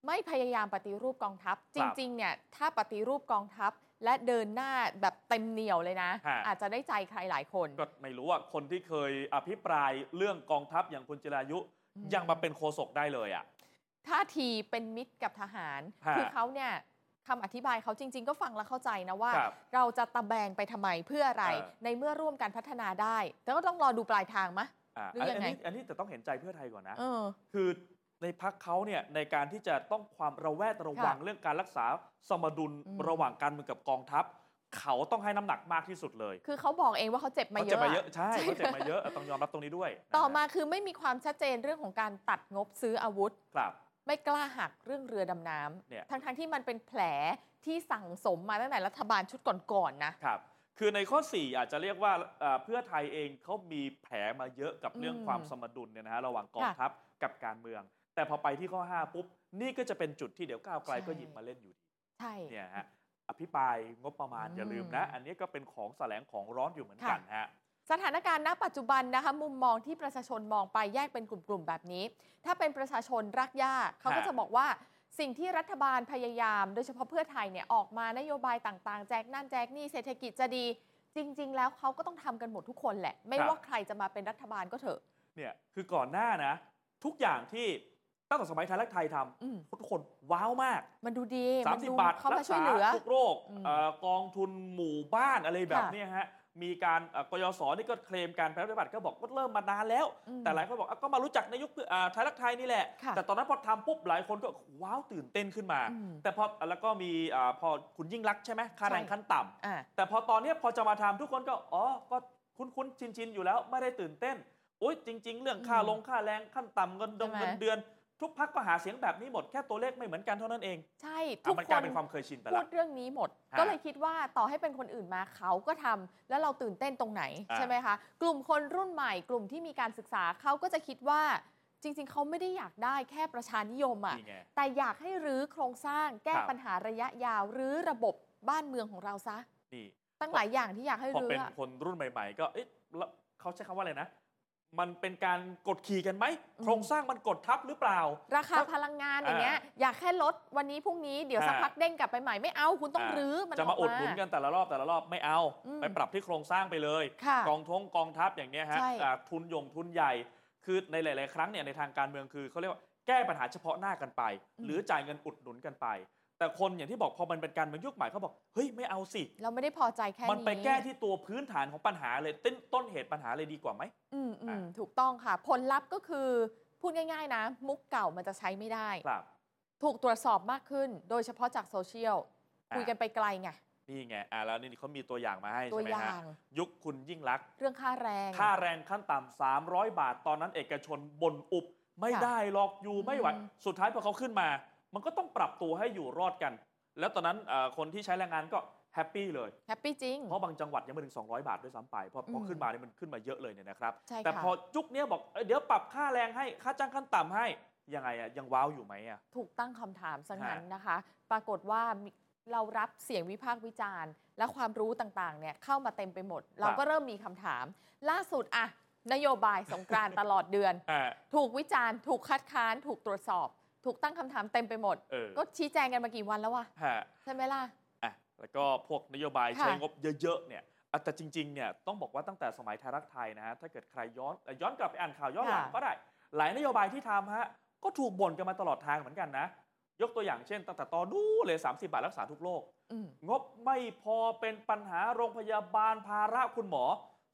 B: ไม่พยายามปฏิรูปกองทัพ
A: ค
B: จ
A: รับ
B: ริง ๆ เนี่ย ถ้าปฏิรูปกองทัพ และเดินหน้าแบบเต็มเหนียวเลยนะ
A: ฮะ
B: อาจจะได้ใจใครหลายคน
A: ก็ไม่รู้ว่าคนที่เคยอภิปรายเรื่องกองทัพอย่างคุณจิรายุ
B: อืม
A: ยังมาเป็นโฆษกได้เลยอ่ะ
B: ท่าทีเป็นมิตรกับทหาร
A: ฮะ
B: คือเขาเนี่ยคำอธิบายเขาจริง ๆ ก็ฟังแล้วเข้าใจนะว่า
A: ครับ
B: เราจะตะแบงไปทำไมเพื่ออะไร
A: เออ
B: ในเมื่อร่วมกันพัฒนาได้ แต่ก็ต้องรอดูปลายทางมะ
A: อ่า
B: หรือ
A: น
B: อัยังไง
A: นี้อันนี้แต่ต้องเห็นใจเพื่อไทยก่อนนะ
B: เออ
A: คือในพักเขาเนี่ยในการที่จะต้องความระแวดระวัง
B: ค่ะ
A: เรื่องการรักษาสมดุล
B: อืม
A: ระหว่างการเมืองกับกองทัพ เขาต้องให้น้ำหนักมากที่สุดเลย
B: คือเขาบอกเองว่าเขาเจ็บมา
A: เขา
B: เย
A: เจ็บ
B: อะ
A: มา
B: อะ
A: เยอะใช่
B: ใช่
A: เขาเจ็บมาเยอะต้องยอมรับตรงนี้ด้วย
B: ต่อ
A: นะ
B: มา
A: ฮะ
B: คือไม่มีความชัดเจนเรื่องของการตัดงบซื้ออาวุธ
A: ครับ
B: ไม่กล้าหักเรื่องเรือดำน้
A: เนี่ย
B: ำทั้งๆทที่มันเป็นแผลที่สั่งสมมาตั้งแต่รัฐบาลชุดก่อนๆนะครับ
A: คือในข้อ 4 อาจจะเรียกว่าเอ่อเพื่อไทยเองเขามีแผลมาเยอะกับเรื่องความสมดุลเนี่ยนะฮะระหว่างกองทัพกับการเมือง แต่พอไปที่ข้อ 5 ปุ๊บ นี่ก็จะเป็นจุดที่เดี๋ยวก้าวไกลก็หยิบมาเล่นอยู่ดี
B: ใช่
A: เนี่ยฮะอภิปรายงบประมาณ
B: อืม
A: อย่าลืมนะ อันนี้ก็เป็นของแสลงของร้อนอยู่เหมือนกันฮะ
B: สถานการณ์ณปัจจุบันนะคะ มุมมองที่ประชาชนมองไปแยกเป็นกลุ่มๆแบบนี้ ถ้าเป็นประชาชนรักย่าเขาก็
A: ฮะ
B: จะบอกว่าสิ่งที่รัฐบาลพยายาม โดยเฉพาะเพื่อไทยเนี่ยออกมานโยบายต่างๆ แจกนั่นแจกนี่เศรษฐกิจจะดี จริง ๆ แล้วเขาก็ต้องทำกันหมดทุกคนแหละ ไม่ว่าใครจะมาเป็นรัฐบาลก็เถอะ
A: เนี่ยคือก่อนหน้านะ ทุกอย่างที่ตั้งแต่สมัยไทยรักไทยท
B: อืม
A: ำทุกคนว้าวมาก
B: มันดูดี
A: สาน มสิบ
B: ดู
A: บาท
B: เขามาช่วยเหลือ
A: รักษทุกโรค
B: อืม
A: เอ่อกองทุนหมู่บ้านอะไรแบบ
B: ค่ะ
A: เนี้ยฮะ มีการเอ่อกยศนี่ก็เคลมการแปรรูปบัตรก็บอกว่าเริ่มมานานแล้ว
B: อืม
A: แต่หลายคนบอกอ่ะก็มารู้จักในยุคเพื่ออ่าไทยรักไทยนี่แหละ
B: ค่ะ
A: แต่ตอนนั้นพอทำปุ๊บหลายคนก็ว้าวตื่นเต้นขึ้นมา
B: อืม
A: แต่พอแล้วก็มีอ่าพอคุณยิ่งรักษณ์ใช่ไหมค่าแรง
B: ใช่
A: ขั้นต่ำ
B: อ่ะ
A: แต่พอตอนเนี้ยพอจะมาทำทุกคนก็อ๋อก็คุ้นๆชินๆอยู่แล้วไม่ได้ตื่นเต้นโอ๊ยจริง ๆ เรื่องค่า
B: อืม
A: ลงค่าแรงขั้นต่ำเงินเดือน
B: ใช่ไหม
A: เงินเดือน ทุกพักก็หาเสียงแบบนี้หมดแค่ตัวเลขไม่เหมือนกันเท่านั้นเอง
B: ใช่
A: อ่ะ
B: ทุก
A: มัน
B: ค
A: กลาย
B: น
A: เป็นความเคยชินไป
B: พู
A: แล้ว
B: ดเรื่องนี้หมด
A: ฮะ
B: ก็เลยคิดว่าต่อให้เป็นคนอื่นมาเขาก็ทำแล้วเราตื่นเต้นตรงไหน
A: อ่า
B: ใช่ไหมคะ กลุ่มคนรุ่นใหม่ กลุ่มที่มีการศึกษาเขาก็จะคิดว่าจริง ๆ เขาไม่ได้อยากได้แค่ประชานิยมอะ่ะ
A: นี่ไง
B: แต่อยากให้รื้อโครงสร้างแก้
A: ครับ
B: ปัญหาระยะยาวรื้อระบบบ้านเมืองของเราซะ
A: นี่
B: ตั้งหลายอย่างที่อยากให้
A: พอ
B: รื้อ
A: เป็น
B: อะ
A: คนรุ่นใหม่ ๆ ก็เอ๊ะแล้วเขาใช้คำว่าอะไรนะ มันเป็นการกดขี่กันไหม
B: อืม
A: โครงสร้างมันกดทับหรือเปล่า
B: ราคาพลังงานอย่างเงี้ยอยากแค่ลดวันนี้พรุ่งนี้เดี๋ยวสัก
A: อ่า
B: พักเด้งกลับไปใหม่ไม่เอาคุณต้อง
A: อ่า
B: รื้อมัน
A: จะ
B: อ
A: มา
B: อก
A: อุด
B: มา
A: หนุนกันแต่ละรอบแต่ละรอบไม่เอา
B: อืม
A: ไปปรับที่โครงสร้างไปเลย
B: ค่ะ
A: กองทงกองทัพอย่างเนี้ยฮะ
B: ใช่
A: อ่าทุนยงทุนใหญ่ คือในหลาย ๆ ครั้งเนี่ยในทางการเมืองคือเขาเรียกว่าแก้ปัญหาเฉพาะหน้ากันไป หรือจ่ายเงินอุดหนุนกันไป แต่คนอย่างที่บอกพอมันเป็นการเมืองยุคใหม่เขาบอกเฮ้ยไม่เอาสิ
B: เราไม่ได้พอใจแค่นี้
A: มันไปแก้ที่ตัวพื้นฐานของปัญหาเลยต้นต้นเหตุปัญหาเลยดีกว่าไหม
B: อืมอื
A: อ่ะ
B: มถูกต้องค่ะ ผลลัพธ์ก็คือพูดง่ายๆนะ มุกเก่ามันจะใช้ไม่ได้
A: ครับ
B: ถูกตรวจสอบมากขึ้น โดยเฉพาะจากโซเชียล คุยกันไปไกลไง
A: นี่ไงอ่าแล้วนี่เขามีตัวอย่างมาให้
B: ตัว
A: ใช่ไหม
B: อย่า
A: ฮะ
B: ง
A: ยุคคุณยิ่งลักษณ์
B: เรื่องค่าแรง
A: ค่าแรงขั้นต่ำ300 บาท ตอนนั้นเอกชนบนอุบ ไม่
B: ค่ะ
A: ได้หรอกอยู่ไม่ไหว
B: อืม
A: สุดท้ายพอเขาขึ้นมา มันก็ต้องปรับตัวให้อยู่รอดกัน แล้วตอนนั้นเอ่อคนที่ใช้แรงงานก็แฮปปี้เลย
B: แฮปปี้จริง
A: เพราะบางจังหวัดยังไม่ถึง 200 บาทด้วยซ้ำไปเพราะพออ
B: ม
A: ขึ้นมาเนี่ยมันขึ้นมาเยอะเลยเนี่ยนะครับ
B: ใช่
A: แต่
B: ค่ะ
A: พอยุคเนี้ยบอกเอ้ยเดี๋ยวปรับค่าแรงให้ค่าจ้างขั้นต่ำให้ยังไงอะยังว้าวอยู่ไหมอะ
B: ถูกตั้งคำถามซะงั้น
A: ฮะ
B: นะคะ ปรากฏว่ามีเรารับเสียงวิพากษ์วิจารณ์ และความรู้ต่างๆ เนี่ยเข้ามาเต็มไปหมด เราก็เริ่มมีคำถาม ล่าสุดอะนโยบายสงกรานต์ ตลอดเดือน
A: ะ
B: ถูกวิจารณ์ ถูกคัดค้าน ถูกตรวจสอบ ถูกตั้งคำถามเต็มไปหมด
A: เออ
B: ก็ชี้แจงกันมากี่วันแล้ววะ
A: ฮะ
B: ใช่ไหมล่ะ
A: อ่ะแล้วก็พวกนโยบาย
B: ค่ะ
A: ใช้งบเยอะๆเนี่ยอ่ะแต่จริงๆเนี่ยต้องบอกว่าตั้งแต่สมัยไทยรักไทยนะฮะถ้าเกิดใครย้อนเอ่อย้อนกลับไปอ่านข่าวย้อนหลัง
B: ค่ะ
A: ก็ได้ หลายนโยบายที่ทำฮะก็ถูกบ่นกันมาตลอดทางเหมือนกันนะ ยกตัวอย่างเช่นตั้งแต่ตอนนู้นเลย 30 บาทรักษาทุกโรค
B: อืม
A: งบไม่พอเป็นปัญหาโรงพยาบาลภาระคุณหมอ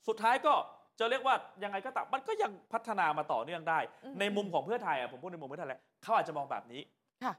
A: สุดท้ายก็จะเรียกว่ายังไงก็ตามมันก็ยังพัฒนามาต่อเนื่องได้
B: อืม
A: ในมุมของเพื่อไทยอ่ะผมพูดในมุมเพื่อไทยแหละเขาอาจจะมองแบบนี้
B: ค่ะ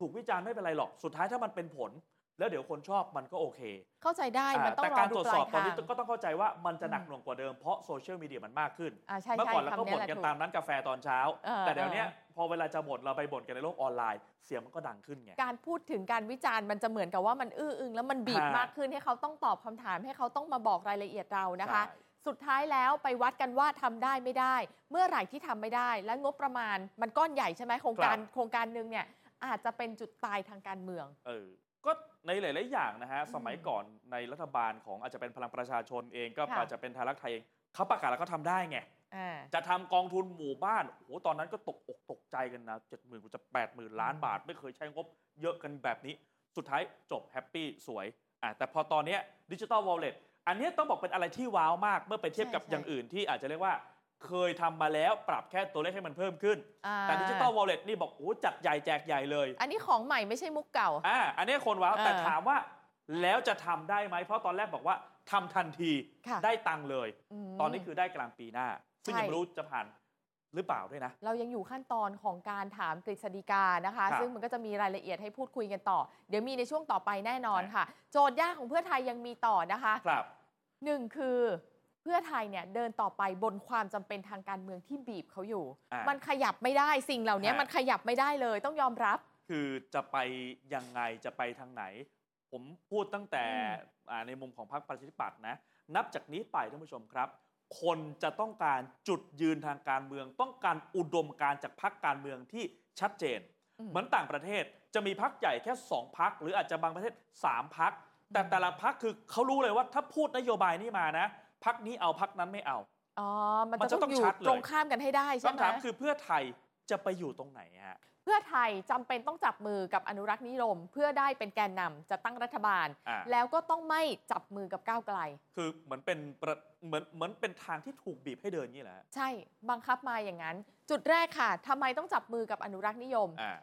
A: ถูกวิจารณ์ไม่เป็นไรหรอกสุดท้ายถ้ามันเป็นผล แล้วเดี๋ยวคนชอบมันก็โอเค
B: เข้าใจได้ มันต้อง
A: แต่
B: รอ
A: การ
B: ดู
A: ตรวจ
B: ปลา
A: สอย บตอน
B: ทาง
A: นี้ก็ต้องเข้าใจว่ามันจะหนักหน่วงกว่าเดิมเพราะโซเชียลมีเดียมันมากขึ้น
B: อ่าใช่
A: เมื่อ
B: ใช่
A: ก่อนเราก็
B: คำนี้
A: บ่น
B: แหละ
A: กัน
B: ถูก
A: ตามนั้นกาแฟตอนเช้า
B: เออ
A: แต่เดี๋ยวเนี้ย
B: เอ
A: พอเวลาจะบ่นเราไปบ่นกันในโลกออนไลน์ เสียงมันก็ดังขึ้นไง
B: การพูดถึงการวิจารณ์มันจะเหมือนกับว่ามันอื้ออึงแล้วมันบีบ
A: ฮะ
B: มากขึ้นให้เขาต้องตอบคำถามให้เขาต้องมาบอกรายละเอียดเรานะคะ
A: ใช่
B: สุดท้ายแล้วไปวัดกันว่าทำได้ไม่ได้ เมื่อไหร่ที่ทำไม่ได้ และงบประมาณมันก้อนใหญ่ใช่ไหมโครงการโครงการหนึ่งเนี่ยอาจจะเป็นจุดตายทางการเมือง
A: เออก็ในหลาย ๆ อย่างนะฮะ
B: อืม
A: สมัยก่อนในรัฐบาลของอาจจะเป็นพลังประชาชนเองก็
B: ค่ะ
A: อาจจะเป็นไทยรักไทยเองเขาประกาศแล้วเขาทำได้ไง
B: อ่า
A: จะทำกองทุนหมู่บ้านโอ้โหตอนนั้นก็ตกอกตกใจกันนะเจ็ดหมื่นจะแปดหมื่นล้านบาท ไม่เคยใช้งบเยอะกันแบบนี้ สุดท้ายจบแฮปปี้สวยอ่ะแต่พอตอนเนี้ดิจิ t a ลวอลเล็ตอันเนี้ยต้องบอกเป็นอะไรที่ว้าวมาก เมื่อไปเทียบกับ
B: ใช่ใช่
A: อย่างอื่นที่อาจจะเรียกว่า เคยทำมาแล้วปรับแค่ตัวเลขให้มันเพิ่มขึ้น แต่ดิจิ t a ลวอลเล็ตนี่บอกโอ้โหจัดใหญ่แจกใหญ่เลย
B: อันนี้ของใหม่ไม่ใช่มุกเก่า
A: อ่ะอันเนี้ยคนว้าวแต่
B: อ่า
A: ถามว่าแล้วจะทำได้ไหมเพราะตอนแรกบอกว่าทำทันที
B: ค่ะ
A: ได้ตังค์เลย
B: ม
A: ตอนนี้คือได้กลางปีหน้า ซึ่ง
B: ใช่
A: ยังไม่รู้จะผ่านหรือเปล่าด้วยนะ
B: เรายังอยู่ขั้นตอนของการถามกฤษฎีกานะคะ
A: ครับ
B: ซึ่งมันก็จะมีรายละเอียดให้พูดคุยกันต่อ เดี๋ยวมีในช่วงต่อไปแน่นอน
A: ใช่
B: ค่ะ โจทย์ยากของเพื่อไทยยังมีต่อนะคะ
A: ครับ
B: หนึ่งคือเพื่อไทยเนี่ยเดินต่อไปบนความจำเป็นทางการเมืองที่บีบเขาอยู่
A: อ่ามั
B: มันขยับไม่ได้สิ่งเหล่านี้
A: ฮะ
B: มันขยับไม่ได้เลยต้องยอมรับ
A: คือจะไปยังไงจะไปทางไหน ผมพูดตั้งแต่อ่าในมุมของพรรคประชาธิปัตย์นะ นับจากนี้ไปท่านผู้ชมครับ คนจะต้องการจุดยืนทางการเมือง ต้องการอุดมการณ์จากพรรคการเมืองที่ชัดเจน
B: อืม
A: เหมือนต่างประเทศจะมีพรรคใหญ่แค่สองพรรคหรืออาจจะบางประเทศสามพรรคแต่แต่ละพรรคคือเขารู้เลยว่าถ้าพูดนโยบายนี้มานะพรรคนี้เอาพรรคนั้นไม่เอา
B: อ๋อมัน
A: มัน
B: จะ
A: จะต้
B: ต้
A: อ
B: อง งอยู่
A: ชัดเลย
B: ตรงข้ามกันให้ได้ใช่
A: คำ
B: ไหม
A: ถามคือเพื่อไทยจะไปอยู่ตรงไหนฮะ
B: เพื่อไทยจำเป็นต้องจับมือกับอนุรักษ์นิยมเพื่อได้เป็นแกนนำจะตั้งรัฐบาล
A: อ่า
B: แล้วก็ต้องไม่จับมือกับก้าวไกล
A: คือเหมือนเป็นประเหมือนเหมือนเป็นทางที่ถูกบีบให้เดินนี่แหละฮะ
B: ใช่ บังคับมาอย่างนั้น จุดแรกค่ะทำไมต้องจับมือกับอนุรักษ์นิยม
A: อ่า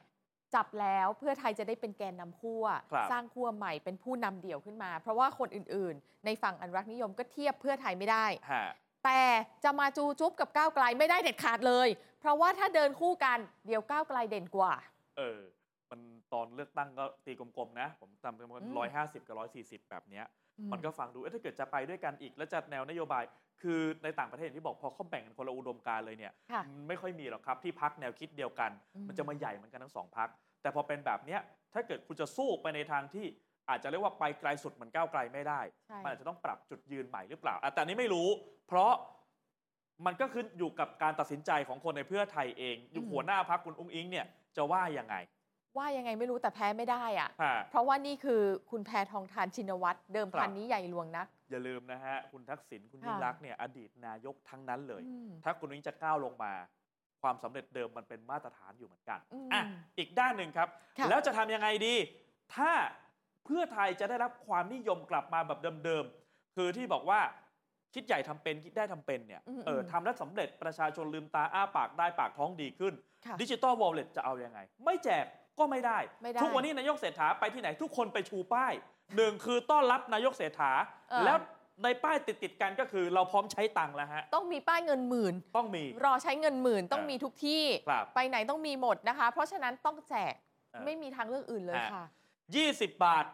B: จับแล้วเพื่อไทยจะได้เป็นแกนนำขั้ว
A: ครับ
B: สร้างขั้วใหม่เป็นผู้นำเดี่ยวขึ้นมา เพราะว่าคนอื่นๆ ในฝั่งอนุรักษ์นิยมก็เทียบเพื่อไทยไม่ได้
A: ฮะ
B: แต่จะมาจูจุ๊บกับก้าวไกลไม่ได้เด็ดขาดเลย เพราะว่าถ้าเดินคู่กันเดี๋ยวก้าวไกลเด่นกว่า
A: เออ มันตอนเลือกตั้งก็ตีกลมๆนะ ผมจำเป็น
B: อืม
A: ร้อยห้าสิบกับร้อยสี่สิบแบบเนี้ย
B: อื
A: มันก็ฟังดู เอ๊ะถ้าเกิดจะไปด้วยกันอีก แล้วจัดแนวนโยบาย คือในต่างประเทศอย่างที่บอกพอเขาแบ่งกันคนละอุดมการณ์เลยเนี่ย
B: ค่ะ
A: มันไม่ค่อยมีหรอกครับที่พักแนวคิดเดียวกัน
B: อืม
A: มันจะมาใหญ่เหมือนกันทั้งสองพัก แต่พอเป็นแบบเนี้ยถ้าเกิดคุณจะสู้ไปในทางที่อาจจะเรียกว่าไปไกลสุดเหมือนก้าวไกลไม่ได้
B: ใช่
A: มันอาจจะต้องปรับจุดยืนใหม่หรือเปล่าอ่ะแต่อันนี้ไม่รู้ เพราะมันก็ขึ้นอยู่กับการตัดสินใจของคนในเพื่อไทยเองอยู่หัวหน้าพักคุณอุ้งอิงเนี่ยจะว่ายังไง
B: ว่ายังไงไม่รู้แต่แพ้ไม่ได้อะ
A: อ่า
B: เพราะว่านี่คือคุณแพทองทานชินวัตรเดิม
A: ครับ
B: พันนี้ใหญ่หลวงนัก
A: อย่าลืมนะฮะ คุณทักษิณคุณยิ่ง
B: ค่ะ
A: รักษณ์เนี่ยอดีตนายกทั้งนั้นเลย
B: อืม
A: ถ้าคุณนิ้งจะก้าวลงมา ความสำเร็จเดิมมันเป็นมาตรฐานอยู่เหมือนกัน
B: อืม
A: อ่ะอีกด้านหนึ่งครับ
B: ค่ะ
A: แล้วจะทำยังไงดี ถ้าเพื่อไทยจะได้รับความนิยมกลับมาแบบเดิมๆ คือที่บอกว่าคิดใหญ่ทำเป็นคิดได้ทำเป็นเนี่ย
B: อืม
A: เออ
B: ม
A: ทำแล้วสำเร็จประชาชนลืมตาอ้าปากได้ปากท้องดีขึ้น
B: ค่ะ
A: ดิจิ t a ลวอลเล็ตจะเอายังไง ไม่แจกก็ไม่ได้
B: ไม่ได้
A: ทุกวันนี้นายกเศรษฐาไปที่ไหนทุกคนไปชูป้ายหนึ่งคือต้อนรับนายกเศรษฐา
B: เออ
A: แล้วในป้ายติดติดๆกันก็คือเราพร้อมใช้ตังค์แล้วฮะ
B: ต้องมีป้ายเงินหมื่น
A: ต้องมี
B: รอใช้เงินหมื่นต้อง
A: อ่ามี
B: มีทุกที่
A: ครับ
B: ไปไหนต้องมีหมดนะคะ เพราะฉะนั้นต้องแจก
A: เออ
B: ไม่มีทางเลือกอื่นเลย
A: อ่า
B: ค่ะ
A: 20 บาท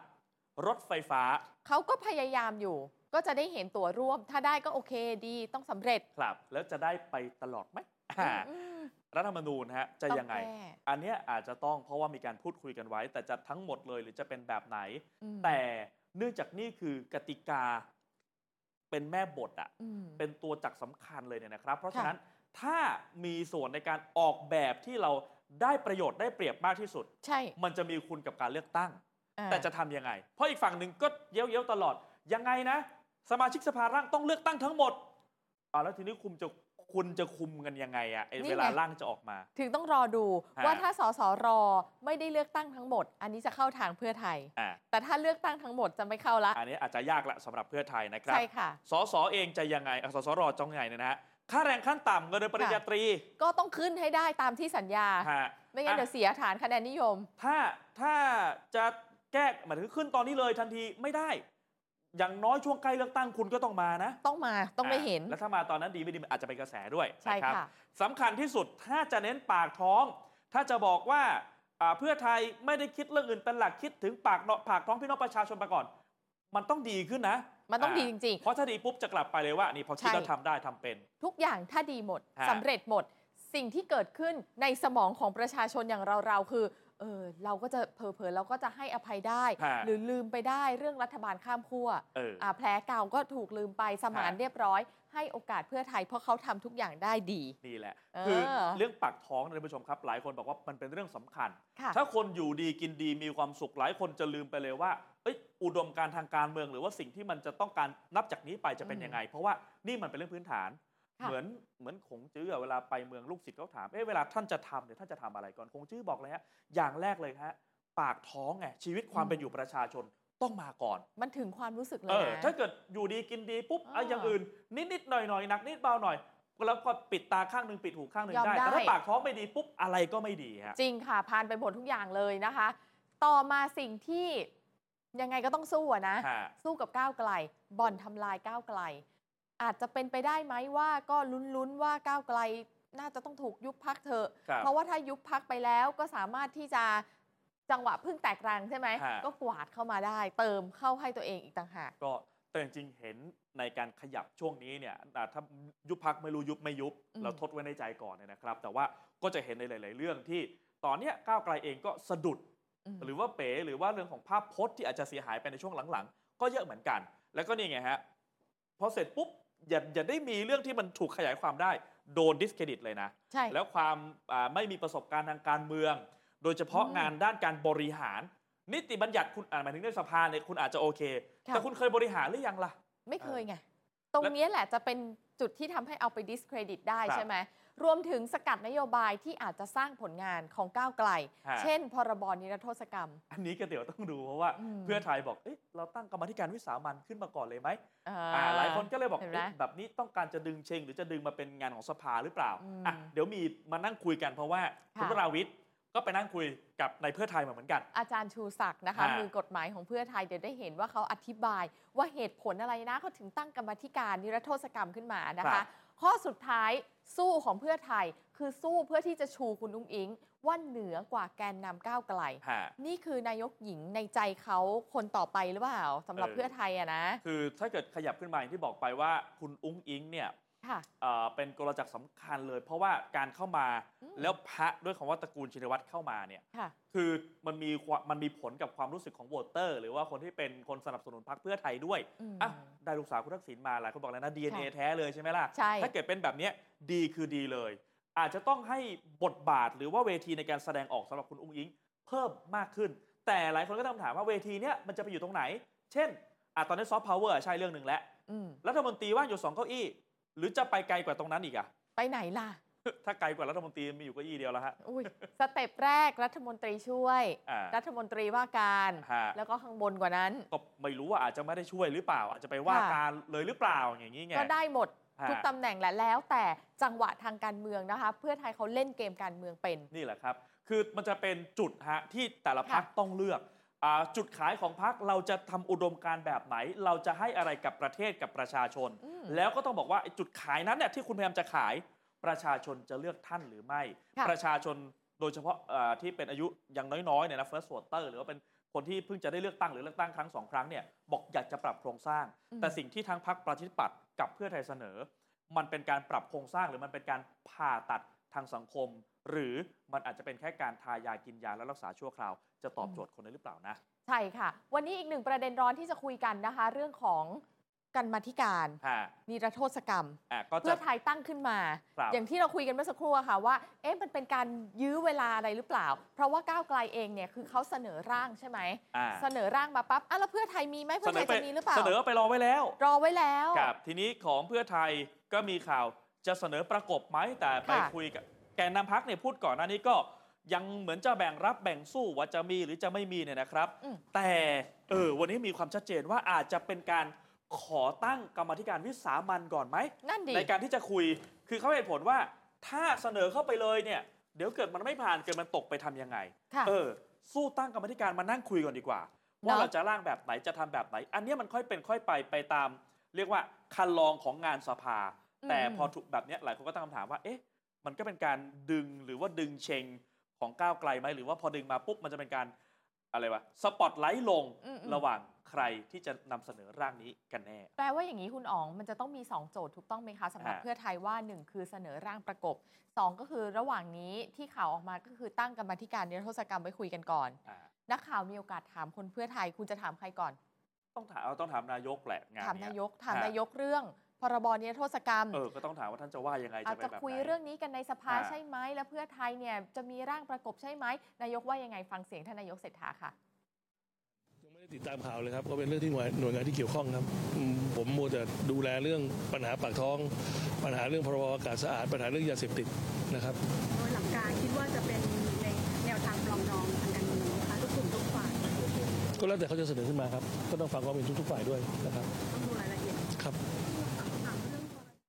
A: รถไฟฟ้า
B: เขาก็พยายามอยู่ ก็จะได้เห็นตัวร่วม ถ้าได้ก็โอเคดีต้องสำเร็จ
A: ครับ แล้วจะได้ไปตลอดไหมอ่า
B: อืม
A: รัฐธรรมนูญฮะจะยังไง
B: ต้อแก้
A: อันเนี้ยอาจจะต้องเพราะว่ามีการพูดคุยกันไว้ แต่จะทั้งหมดเลยหรือจะเป็นแบบไหน
B: อืม
A: แต่เนื่องจากนี่คือกติกาเป็นแม่บทอะ
B: อืม
A: เป็นตัวจักรสำคัญเลยเนี่ยนะครับ เพราะ
B: ค่ะ
A: ฉะนั้นถ้ามีส่วนในการออกแบบที่เราได้ประโยชน์ได้เปรียบมากที่สุด
B: ใช่
A: มันจะมีคุณกับการเลือกตั้ง
B: อ่า
A: แต่จะทำยังไง เพราะอีกฝั่งหนึ่งก็เย้ยวๆตลอด ยังไงนะ สมาชิกสภาร่างต้องเลือกตั้งทั้งหมดอ่าแล้วทีนี้คุณจะคุณจะคุมกันยังไงอะไอ้เวลาร่างจะออกมา
B: ถึงต้องรอดู
A: ฮะ
B: ว่าถ้าสสรไม่ได้เลือกตั้งทั้งหมด อันนี้จะเข้าทางเพื่อไทย
A: อ่า
B: แต่ถ้าเลือกตั้งทั้งหมดจะไม่เข้าละ
A: อันนี้อาจจะยากละสำหรับเพื่อไทยนะครับ
B: ใช่ค่ะ
A: สสเองจะยังไงอ่ะสสรจองไงเนี่ยนะฮะค่าแรงขั้นต่ำเงินเดือนปริญญาตรี
B: ก็ต้องขึ้นให้ได้ตามที่สัญญา
A: ฮะ
B: ไม่งั้นเดี๋ยว
A: อ่ะ
B: เสียฐานคะแนนนิยม
A: ถ้าถ้าจะแก้หมายถึงขึ้นตอนนี้เลยทันทีไม่ได้ อย่างน้อยช่วงใกล้เลือกตั้งคุณก็ต้องมานะ
B: ต้องมาต้องไม่เห็น
A: อ่ะแล้วถ้ามาตอนนั้นดีไม่ดีมันอาจจะเป็นกระแสด้วย
B: ใช่
A: นรับ
B: ค่ะ
A: สำคัญที่สุดถ้าจะเน้นปากท้อง ถ้าจะบอกว่าอ่าเพื่อไทยไม่ได้คิดเรื่องอื่นเป็นหลักคิดถึงปากเนาะปากท้องพี่น้องประชาชนมาก่อน มันต้องดีขึ้นนะ
B: มันต้อง
A: า
B: ดีจริง
A: เพราะถ้าดีปุ๊บจะกลับไปเลยว่า นี่พอคิด
B: ใช่
A: แล้วทำได้ทำเป็น
B: ๆ ทุกอย่างถ้าดีหมด
A: ฮะ
B: สำเร็จหมด สิ่งที่เกิดขึ้นในสมองของประชาชนอย่างเราเราๆคือเออเราก็จะเผลอๆเราก็จะให้อภัยได้
A: ฮะ
B: หรือลืมไปได้เรื่องรัฐบาลข้ามขั้ว
A: เอออ
B: อ่าแผลเก่าก็ถูกลืมไปสมาน
A: ฮะ
B: เรียบร้อย ให้โอกาสเพื่อไทยเพราะเขาทำทุกอย่างได้ดี
A: นี่แหละ
B: เออ
A: คือเรื่องปากท้องนะท่านผู้ชมครับ หลายคนบอกว่ามันเป็นเรื่องสำคัญ
B: ค่ะ
A: ถ้าคนอยู่ดีกินดีมีความสุขหลายคนจะลืมไปเลยว่าเอ้ยอุดมการณ์ทางการเมืองหรือว่าสิ่งที่มันจะต้องการนับจากนี้ไปจะเป็นยังไง เพราะว่านี่มันเป็นเรื่องพื้นฐาน
B: ค่ะ
A: เหมือนเหมือนขงจื้ออะเวลาไปเมืองลูกศิษย์เขาถามเอ้ยเวลาท่านจะทำเนี่ยท่านจะทำอะไรก่อนขงจื้อบอกเลยฮะอย่างแรกเลยฮะปากท้องไงชีวิตความ
B: อืม
A: เป็นอยู่ประชาชนต้องมาก่อน
B: มันถึงความรู้สึกเล
A: เอย อ
B: นะ
A: ถ้าเกิดอยู่ดีกินดีปุ๊บ
B: อ่า
A: เอาอย่างอื่น นิดนิดๆหน่อยหน่อยๆหนักนิดเบาหน่อยแล้วก็ปิดตาข้างหนึ่งปิดหูข้างหนึ่ง
B: ยอม
A: ได้แต่
B: ได้
A: ถ้าปากท้องไม่ดีปุ๊บอะไรก็ไม่ดีฮะ
B: จริงค่ะผ่านไปหมดทุกอย่างเลยนะคะ ต่อมาสิ่งที่ยังไงก็ต้องสู้อะนะ
A: ฮะ
B: สู้กับก้าวไกลบ่อนทำลายก้าวไกล อาจจะเป็นไปได้ไหมว่าก็ลุ้นๆว่าก้าวไกล น่าจะต้องถูกยุบพักเถอะ
A: ครับ
B: เพราะว่าถ้ายุบพักไปแล้วก็สามารถที่จะจังหวะเพึ่งแตกรังใช่ไหม
A: ฮะ
B: ก็กวาดเข้ามาได้ เติมเข้าให้ตัวเองอีกต่างหาก
A: ก็แต่จริงๆเห็นในการขยับช่วงนี้เนี่ยอ่าถ้ายุบพักไม่รู้ยุบไม่ยุบ
B: อืม
A: เราทดไว้ในใจก่อนเนี่ยนะครับ แต่ว่าก็จะเห็นในหลาย ๆ เรื่องที่ตอนเนี้ยก้าวไกลเองก็สะดุด
B: ม
A: หรือว่าเป๋หรือว่าเรื่องของภาพพจน์ที่อาจจะเสียหายไปในช่วงหลัง ๆ ก็เยอะเหมือนกัน แล้วก็นี่ไงฮะพอเสร็จปุ๊บอย่าอย่าได้มีเรื่องที่มันถูกขยายความได้โดนดิสเครดิตเลยนะ
B: ใช่
A: แล้วความอ่าไม่มีประสบการณ์ทางการเมือง โดยเฉพาะ
B: อืม
A: งานด้านการบริหาร นิติบัญญัติคุณอ่าหมายถึงในสภาเนี่ยคุณอาจจะโอเค
B: ค่ะ
A: แต่คุณเคยบริหารหรือยังล่ะ
B: ไม่เคยไง ตรงเนี้ยแหละจะเป็นจุดที่ทำให้เอาไปดิสเครดิตได้
A: ครับ
B: ใช่ไหม รวมถึงสกัดนโยบายที่อาจจะสร้างผลงานของก้าวไกล
A: ฮะ
B: เช่น พรบนิรโทษกรรม
A: อันนี้ก็เดี๋ยวต้องดูเพราะว่า
B: อืม
A: เพื่อไทยบอกเอ๊ะเราตั้งกรรมาธิการวิสามันขึ้นมาก่อนเลยไหม
B: อ่า
A: อ่าหลายคนก็เลยบอก
B: เห็นไหม
A: เอ๊ะแบบนี้ต้องการจะดึงเชงหรือจะดึงมาเป็นงานของสภาหรือเปล่า
B: อืม
A: อ่ะเดี๋ยวมีมานั่งคุยกันเพราะว่าคุณ
B: ค่ะ
A: วราวิทย์ก็ไปนั่งคุยกับในเพื่อไทยมาเหมือนกัน
B: อาจารย์ชูศักดิ์นะคะ
A: ฮะ
B: มือกฎหมายของเพื่อไทยเดี๋ยวได้เห็นว่าเขาอธิบายว่าเหตุผลอะไรนะเขาถึงตั้งกรรมาธิการนิรโทษกรรมขึ้นมานะ
A: ครั
B: คะ
A: บ
B: ข้อสุดท้ายสู้ของเพื่อไทย คือสู้เพื่อที่จะชูคุณอุ้งอิง ว่าเหนือกว่าแกนนำก้าวไกล
A: ฮะ
B: นี่คือนายกหญิงในใจเขาคนต่อไปหรือเปล่าสำหรับ
A: เออ
B: เพื่อไทยอะนะ
A: คือถ้าเกิดขยับขึ้นมาอย่างที่บอกไปว่าคุณอุ้งอิงเนี่ย
B: ค่ะ
A: เอ่อเป็นกลจักรสำคัญเลย เพราะว่าการเข้ามา
B: อืม
A: แล้วพระด้วยคำว่าตระกูลชินวัตรเข้ามาเนี่ย
B: ค่ะ
A: คือมันมีความมันมีผลกับความรู้สึกของโหวตเตอร์ หรือว่าคนที่เป็นคนสนับสนุนพรรคเพื่อไทยด้วย
B: อืม
A: อ่ะได้ลูกสาวคุณทักษิณมาหลายคนบอกแล้วนะ DNA แท้เลยใช่ไหมล่ะ
B: ใช่
A: ถ้าเกิดเป็นแบบเนี้ยดีคือดีเลย อาจจะต้องให้บทบาทหรือว่าเวทีในการแสดงออกสำหรับคุณอุ้งอิง เพิ่มมากขึ้น แต่หลายคนก็ตั้งคำถามว่าเวทีเนี้ยมันจะไปอยู่ตรงไหน เช่น อ่ะตอนนี้ซอฟต์พาวเวอร์ใช่เรื่องหนึ่งแล้ว
B: อืม
A: รัฐมนตรีว่างอยู่สองเก้าอี้ หรือจะไปไกลกว่าตรงนั้นอีกอะ
B: ไปไหนล่ะ
A: ถ้าไกลกว่ารัฐมนตรีมีอยู่เก้าอี้เดียวแล้วฮะ
B: อุ้ยสเต็ปแรกรัฐมนตรีช่วย
A: อ่า
B: รัฐมนตรีว่าการ
A: ฮะ
B: แล้วก็ข้างบนกว่านั้น
A: ก็ไม่รู้ว่าอาจจะไม่ได้ช่วยหรือเปล่า อาจจะไปว่า
B: ค่ะ
A: การเลยหรือเปล่าอย่างนี้ไง
B: ก็ได้หมด
A: ฮะ
B: ทุกตำแหน่งแหละแล้วแต่จังหวะทางการเมืองนะคะ เพื่อไทยเขาเล่นเกมการเมืองเป็น
A: นี่แหละครับ คือมันจะเป็นจุดฮะที่แต่ละ
B: ค่ะ
A: พักต้องเลือกอ่าจุดขายของพักเราจะทำอุดมการณ์แบบไหน เราจะให้อะไรกับประเทศกับประชาชน
B: อืม
A: แล้วก็ต้องบอกว่าไอ้จุดขายนั้นเนี่ยที่คุณพยายามจะขายประชาชนจะเลือกท่านหรือไม่
B: ค่ะ
A: ประชาชนโดยเฉพาะเอ่อที่เป็นอายุยังน้อยๆเนี่ยนะ first voter หรือว่าเป็นคนที่เพิ่งจะได้เลือกตั้งหรือเลือกตั้งครั้งสองครั้งเนี่ยบอกอยากจะปรับโครงสร้าง
B: อืม
A: แต่สิ่งที่ทางพรรคประชาธิปัตย์กับเพื่อไทยเสนอ มันเป็นการปรับโครงสร้างหรือมันเป็นการผ่าตัดทางสังคม หรือมันอาจจะเป็นแค่การทายากินยาแล้วรักษาชั่วคราว จะตอบโจทย์คนได้หรือเปล่านะ
B: ใช่ค่ะ วันนี้อีกหนึ่งประเด็นร้อนที่จะคุยกันนะคะ เรื่องของกันมาธิการ
A: ฮะ
B: นิรโทษกรรม
A: อ่ะก็
B: เพื่
A: จะ
B: อไทยตั้งขึ้นมา
A: ปรับ
B: อย่างที่เราคุยกันเมื่อสักครู่อะค่ะว่า เอ๊ะมันเป็นการยื้อเวลาอะไรหรือเปล่า เพราะว่าก้าวไกลเองเนี่ยคือเขาเสนอร่างใช่ไหม
A: อ่า
B: เสนอร่างมาปั๊บอ่ะแล้วเพื่อไทยมีไหมเพื่อไทยจะมีหรือเปล่า
A: เสนอไปรอไว้แล้ว
B: รอไว้แล้ว
A: ครับทีนี้ของเพื่อไทยก็มีข่าวจะเสนอประกบไหมแต่ไป
B: ค่ะ
A: คุยกับแกนนำพักเนี่ยพูดก่อนหน้านี้ก็ยังเหมือนจะแบ่งรับแบ่งสู้ว่าจะมีหรือจะไม่มีเนี่ยนะครับ
B: อืม
A: แต่เออวันนี้มีความชัดเจนว่าอาจจะเป็นการขอตั้งกรรมาธิการวิสามันก่อนไหม
B: นั่นดิ
A: ในการที่จะคุยคือเขาให้เหตุผลว่าถ้าเสนอเข้าไปเลยเนี่ยเดี๋ยวเกิดมันไม่ผ่านเกิดมันตกไปทำยังไง
B: ค่ะ
A: เออ สู้ตั้งกรรมธิการมานั่งคุยก่อนดีกว่า ว่า
B: เนอะ
A: เราจะร่างแบบไหนจะทำแบบไหน อันเนี้ยมันค่อยเป็นค่อยไปไปตาม เรียกว่าคันลองของงานสภา แต่พอถูกแบบเนี้ยหลายคนก็ตั้งคำถามว่า เอ๊ะ มันก็เป็นการดึงหรือว่าดึงเชงของก้าวไกลไหมหรือว่าพอดึงมาปุ๊บมันจะเป็นการอะไรวะสปอตไลท์ลง
B: อืมอืม
A: ระหว่างใครที่จะนำเสนอร่างนี้กันแน่
B: แปลว่าอย่างนี้คุณอ๋องมันจะต้องมี 2 โจทย์ถูกต้องไหมคะสำหรับ
A: ฮะ
B: เพื่อไทยว่า 1 คือเสนอร่างประกบ 2 ก็คือระหว่างนี้ที่ข่าวออกมาก็คือตั้งกรรมาธิการนิรโทษกรรมไว้คุยกันก่อน
A: อ่า
B: นักข่าวมีโอกาสถามคนเพื่อไทยคุณจะถามใครก่อน
A: ต้องถามเอาต้องถามนายกแหละงาน
B: ถาม
A: เนี้
B: นาย ยกถามนายกเรื่องพรบนิรโทษกรรม
A: เออก็ต้องถามว่าท่านจะว่ายังไง
B: อา
A: จะ
B: จ
A: ไป
B: จะ
A: แบบ
B: คุย
A: ไหน
B: เรื่องนี้กันในสภา
A: อ่า
B: ใช่ไหมแล้วเพื่อไทยเนี่ยจะมีร่างประกบใช่ไหมนายกว่ายังไงฟังเสียงท่านนายกเศรษฐาค่ะ
C: ยังไม่ได้ติดตามข่าวเลยครับก็เป็นเรื่องที่หน่วยหน่วยงานที่เกี่ยวข้องครับอืมผมมัวแต่ดูแลเรื่องปัญหาปากท้อง ปัญหาเรื่องพรบอากาศสะอาดปัญหาเรื่องยาเสพติดนะครับ
D: โดยหลักการคิดว่าจะเป็นในแนวทางปลองดองทางการเมืองนะคะทุกกลุ่มทุกฝ่าย
C: ก็แล้วแต่เขาจะเสนอขึ้นมาครับก็ต้องฟังความเห็นทุกๆฝ่ายด้วยนะครับ
D: ต้องดูรายละเอียด
C: ครับ
D: ถามเรื่อง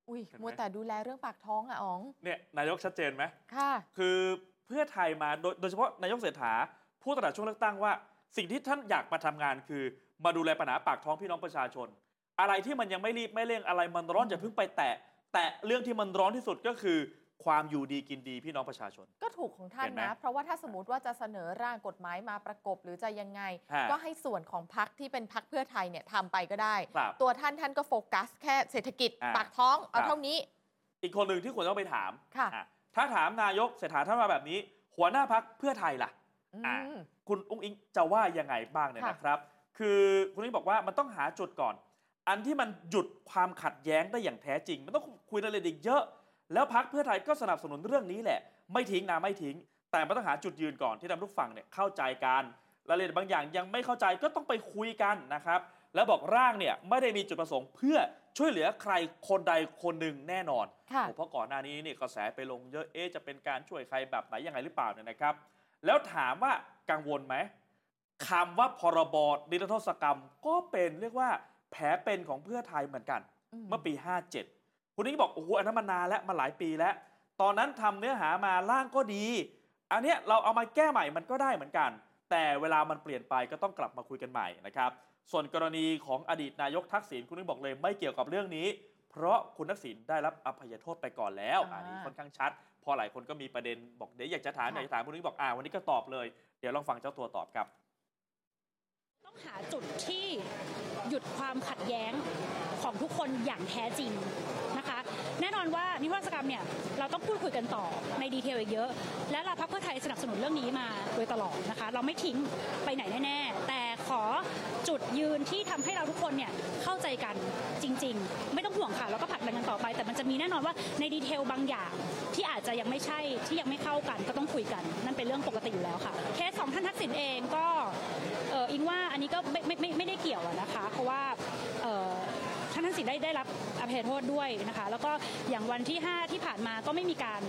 B: อุ้ย
A: เห็นไหม
B: มัวแต่ดูแลเรื่องปากท้องอะอ๋อง
A: เนี่ยนายกชัดเจนไหม
B: ค่ะ
A: คือเพื่อไทยมาโดยโดยเฉพาะนายกเศรษฐาพูดตั้งแต่ช่วงเลือกตั้งว่า สิ่งที่ท่านอยากมาทำงานคือ มาดูแลปัญหาปากท้องพี่น้องประชาชน อะไรที่มันยังไม่รีบไม่เร่งอะไรมันร้อนอย่าเพิ่งไปแตะ แตะเรื่องที่มันร้อนที่สุดก็คือ ความอยู่ดีกินดีพี่น้องประชาชน
B: ก็ถูกของท่าน
A: เห็นไหม
B: นะ เพราะว่าถ้าสมมติว่าจะเสนอร่างกฎหมายมาประกบหรือจะยังไง
A: ฮะ
B: ก็ให้ส่วนของพักที่เป็นพักเพื่อไทยเนี่ยทำไปก็ได้
A: ครับ
B: ตัวท่านท่านก็โฟกัสแค่เศรษฐกิจ
A: อ่า
B: ปากท้อง
A: ครั
B: เอา
A: บ
B: เท่านี้
A: อีกคนหนึ่งที่ควรต้องไปถาม
B: ค่ะ
A: อ่ะถ้าถามนายกเศรษฐาท่านมาแบบนี้ หัวหน้าพักเพื่อไทยล่ะ
B: อื
A: อ่ะ
B: ม
A: คุณอุ้งอิงจะว่ายังไงบ้างเนี่ย
B: ค่ะ
A: นะครับ คือคุณอุ้งบอกว่ามันต้องหาจุดก่อน อันที่มันหยุดความขัดแย้งได้อย่างแท้จริง มันต้องคุยรายละเอียดอีกเยอะ แล้วพักเพื่อไทยก็สนับสนุนเรื่องนี้แหละ ไม่ทิ้งนะไม่ทิ้ง แต่มันต้องหาจุดยืนก่อนที่ทำทุกฝั่งเนี่ยเข้าใจกันรายละเอียดบางอย่างยังไม่เข้าใจก็ต้องไปคุยกันนะครับ แล้วบอกร่างเนี่ยไม่ได้มีจุดประสงค์เพื่อช่วยเหลือใครคนใดคนหนึ่งแน่นอน
B: ค่ะ
A: โอ้เพราะก่อนหน้านี้นี่กระแสไปลงเยอะ เอ๊ะจะเป็นการช่วยใครแบบไหนยังไงหรือเปล่าเนี่ยนะครับ แล้วถามว่ากังวลไหมคำว่าพรบนิรโทษกรรมก็เป็นเรียกว่าแผลเป็นของเพื่อไทยเหมือนกัน เมื่อปี 57 คุณนิ้งบอก โอ้โหอันนั้นมานานแล้วมาหลายปีแล้ว ตอนนั้นทำเนื้อหามาร่างก็ดี อันเนี้ยเราเอามาแก้ใหม่มันก็ได้เหมือนกัน แต่เวลามันเปลี่ยนไปก็ต้องกลับมาคุยกันใหม่นะครับ ส่วนกรณีของอดีตนายกทักษิณคุณนิ้งบอกเลยไม่เกี่ยวกับเรื่องนี้ เพราะคุณทักษิณได้รับอภัยโทษไปก่อนแล้ว
B: อ่า
A: อันนี้ค่อนข้างชัด พอหลายคนก็มีประเด็นบอกเดี๋ยวอยากจะถามอ
B: ค่ะ
A: ยากจะถามคุณนิ้งบอกอ่าวันนี้ก็ตอบเลย เดี๋ยวลองฟังเจ้าตัวตอบครับ
E: ต้องหาจุดที่หยุดความขัดแย้งของทุกคนอย่างแท้จริงนะคะ แน่นอนว่านิรโทษกรรมเนี่ยเราต้องพูดคุยกันต่อในดีเทลอีกเยอะ และเราพักเพื่อไทยสนับสนุนเรื่องนี้มาโดยตลอดนะคะ เราไม่ทิ้งไปไหนแน่ๆ แต่ขอจุดยืนที่ทำให้เราทุกคนเนี่ยเข้าใจกันจริง ๆ ไม่ต้องห่วงค่ะเราก็ผลักดันกันต่อไป แต่มันจะมีแน่นอนว่าในดีเทลบางอย่าง ที่อาจจะยังไม่ใช่ที่ยังไม่เข้ากันก็ต้องคุยกัน นั่นเป็นเรื่องปกติอยู่แล้วค่ะเคสของท่านทักษิณเองก็ เอออิงว่า อันนี้ก็ไม่ไมไม่ไม่ได้เกี่ยวอะนะคะ เพราะว่าเอ่อท่านทักษิณได้ได้รับอภัยโทษด้วยนะคะ แล้วก็อย่างวันที่ 5 ที่ผ่านมาก็ไม่มีการ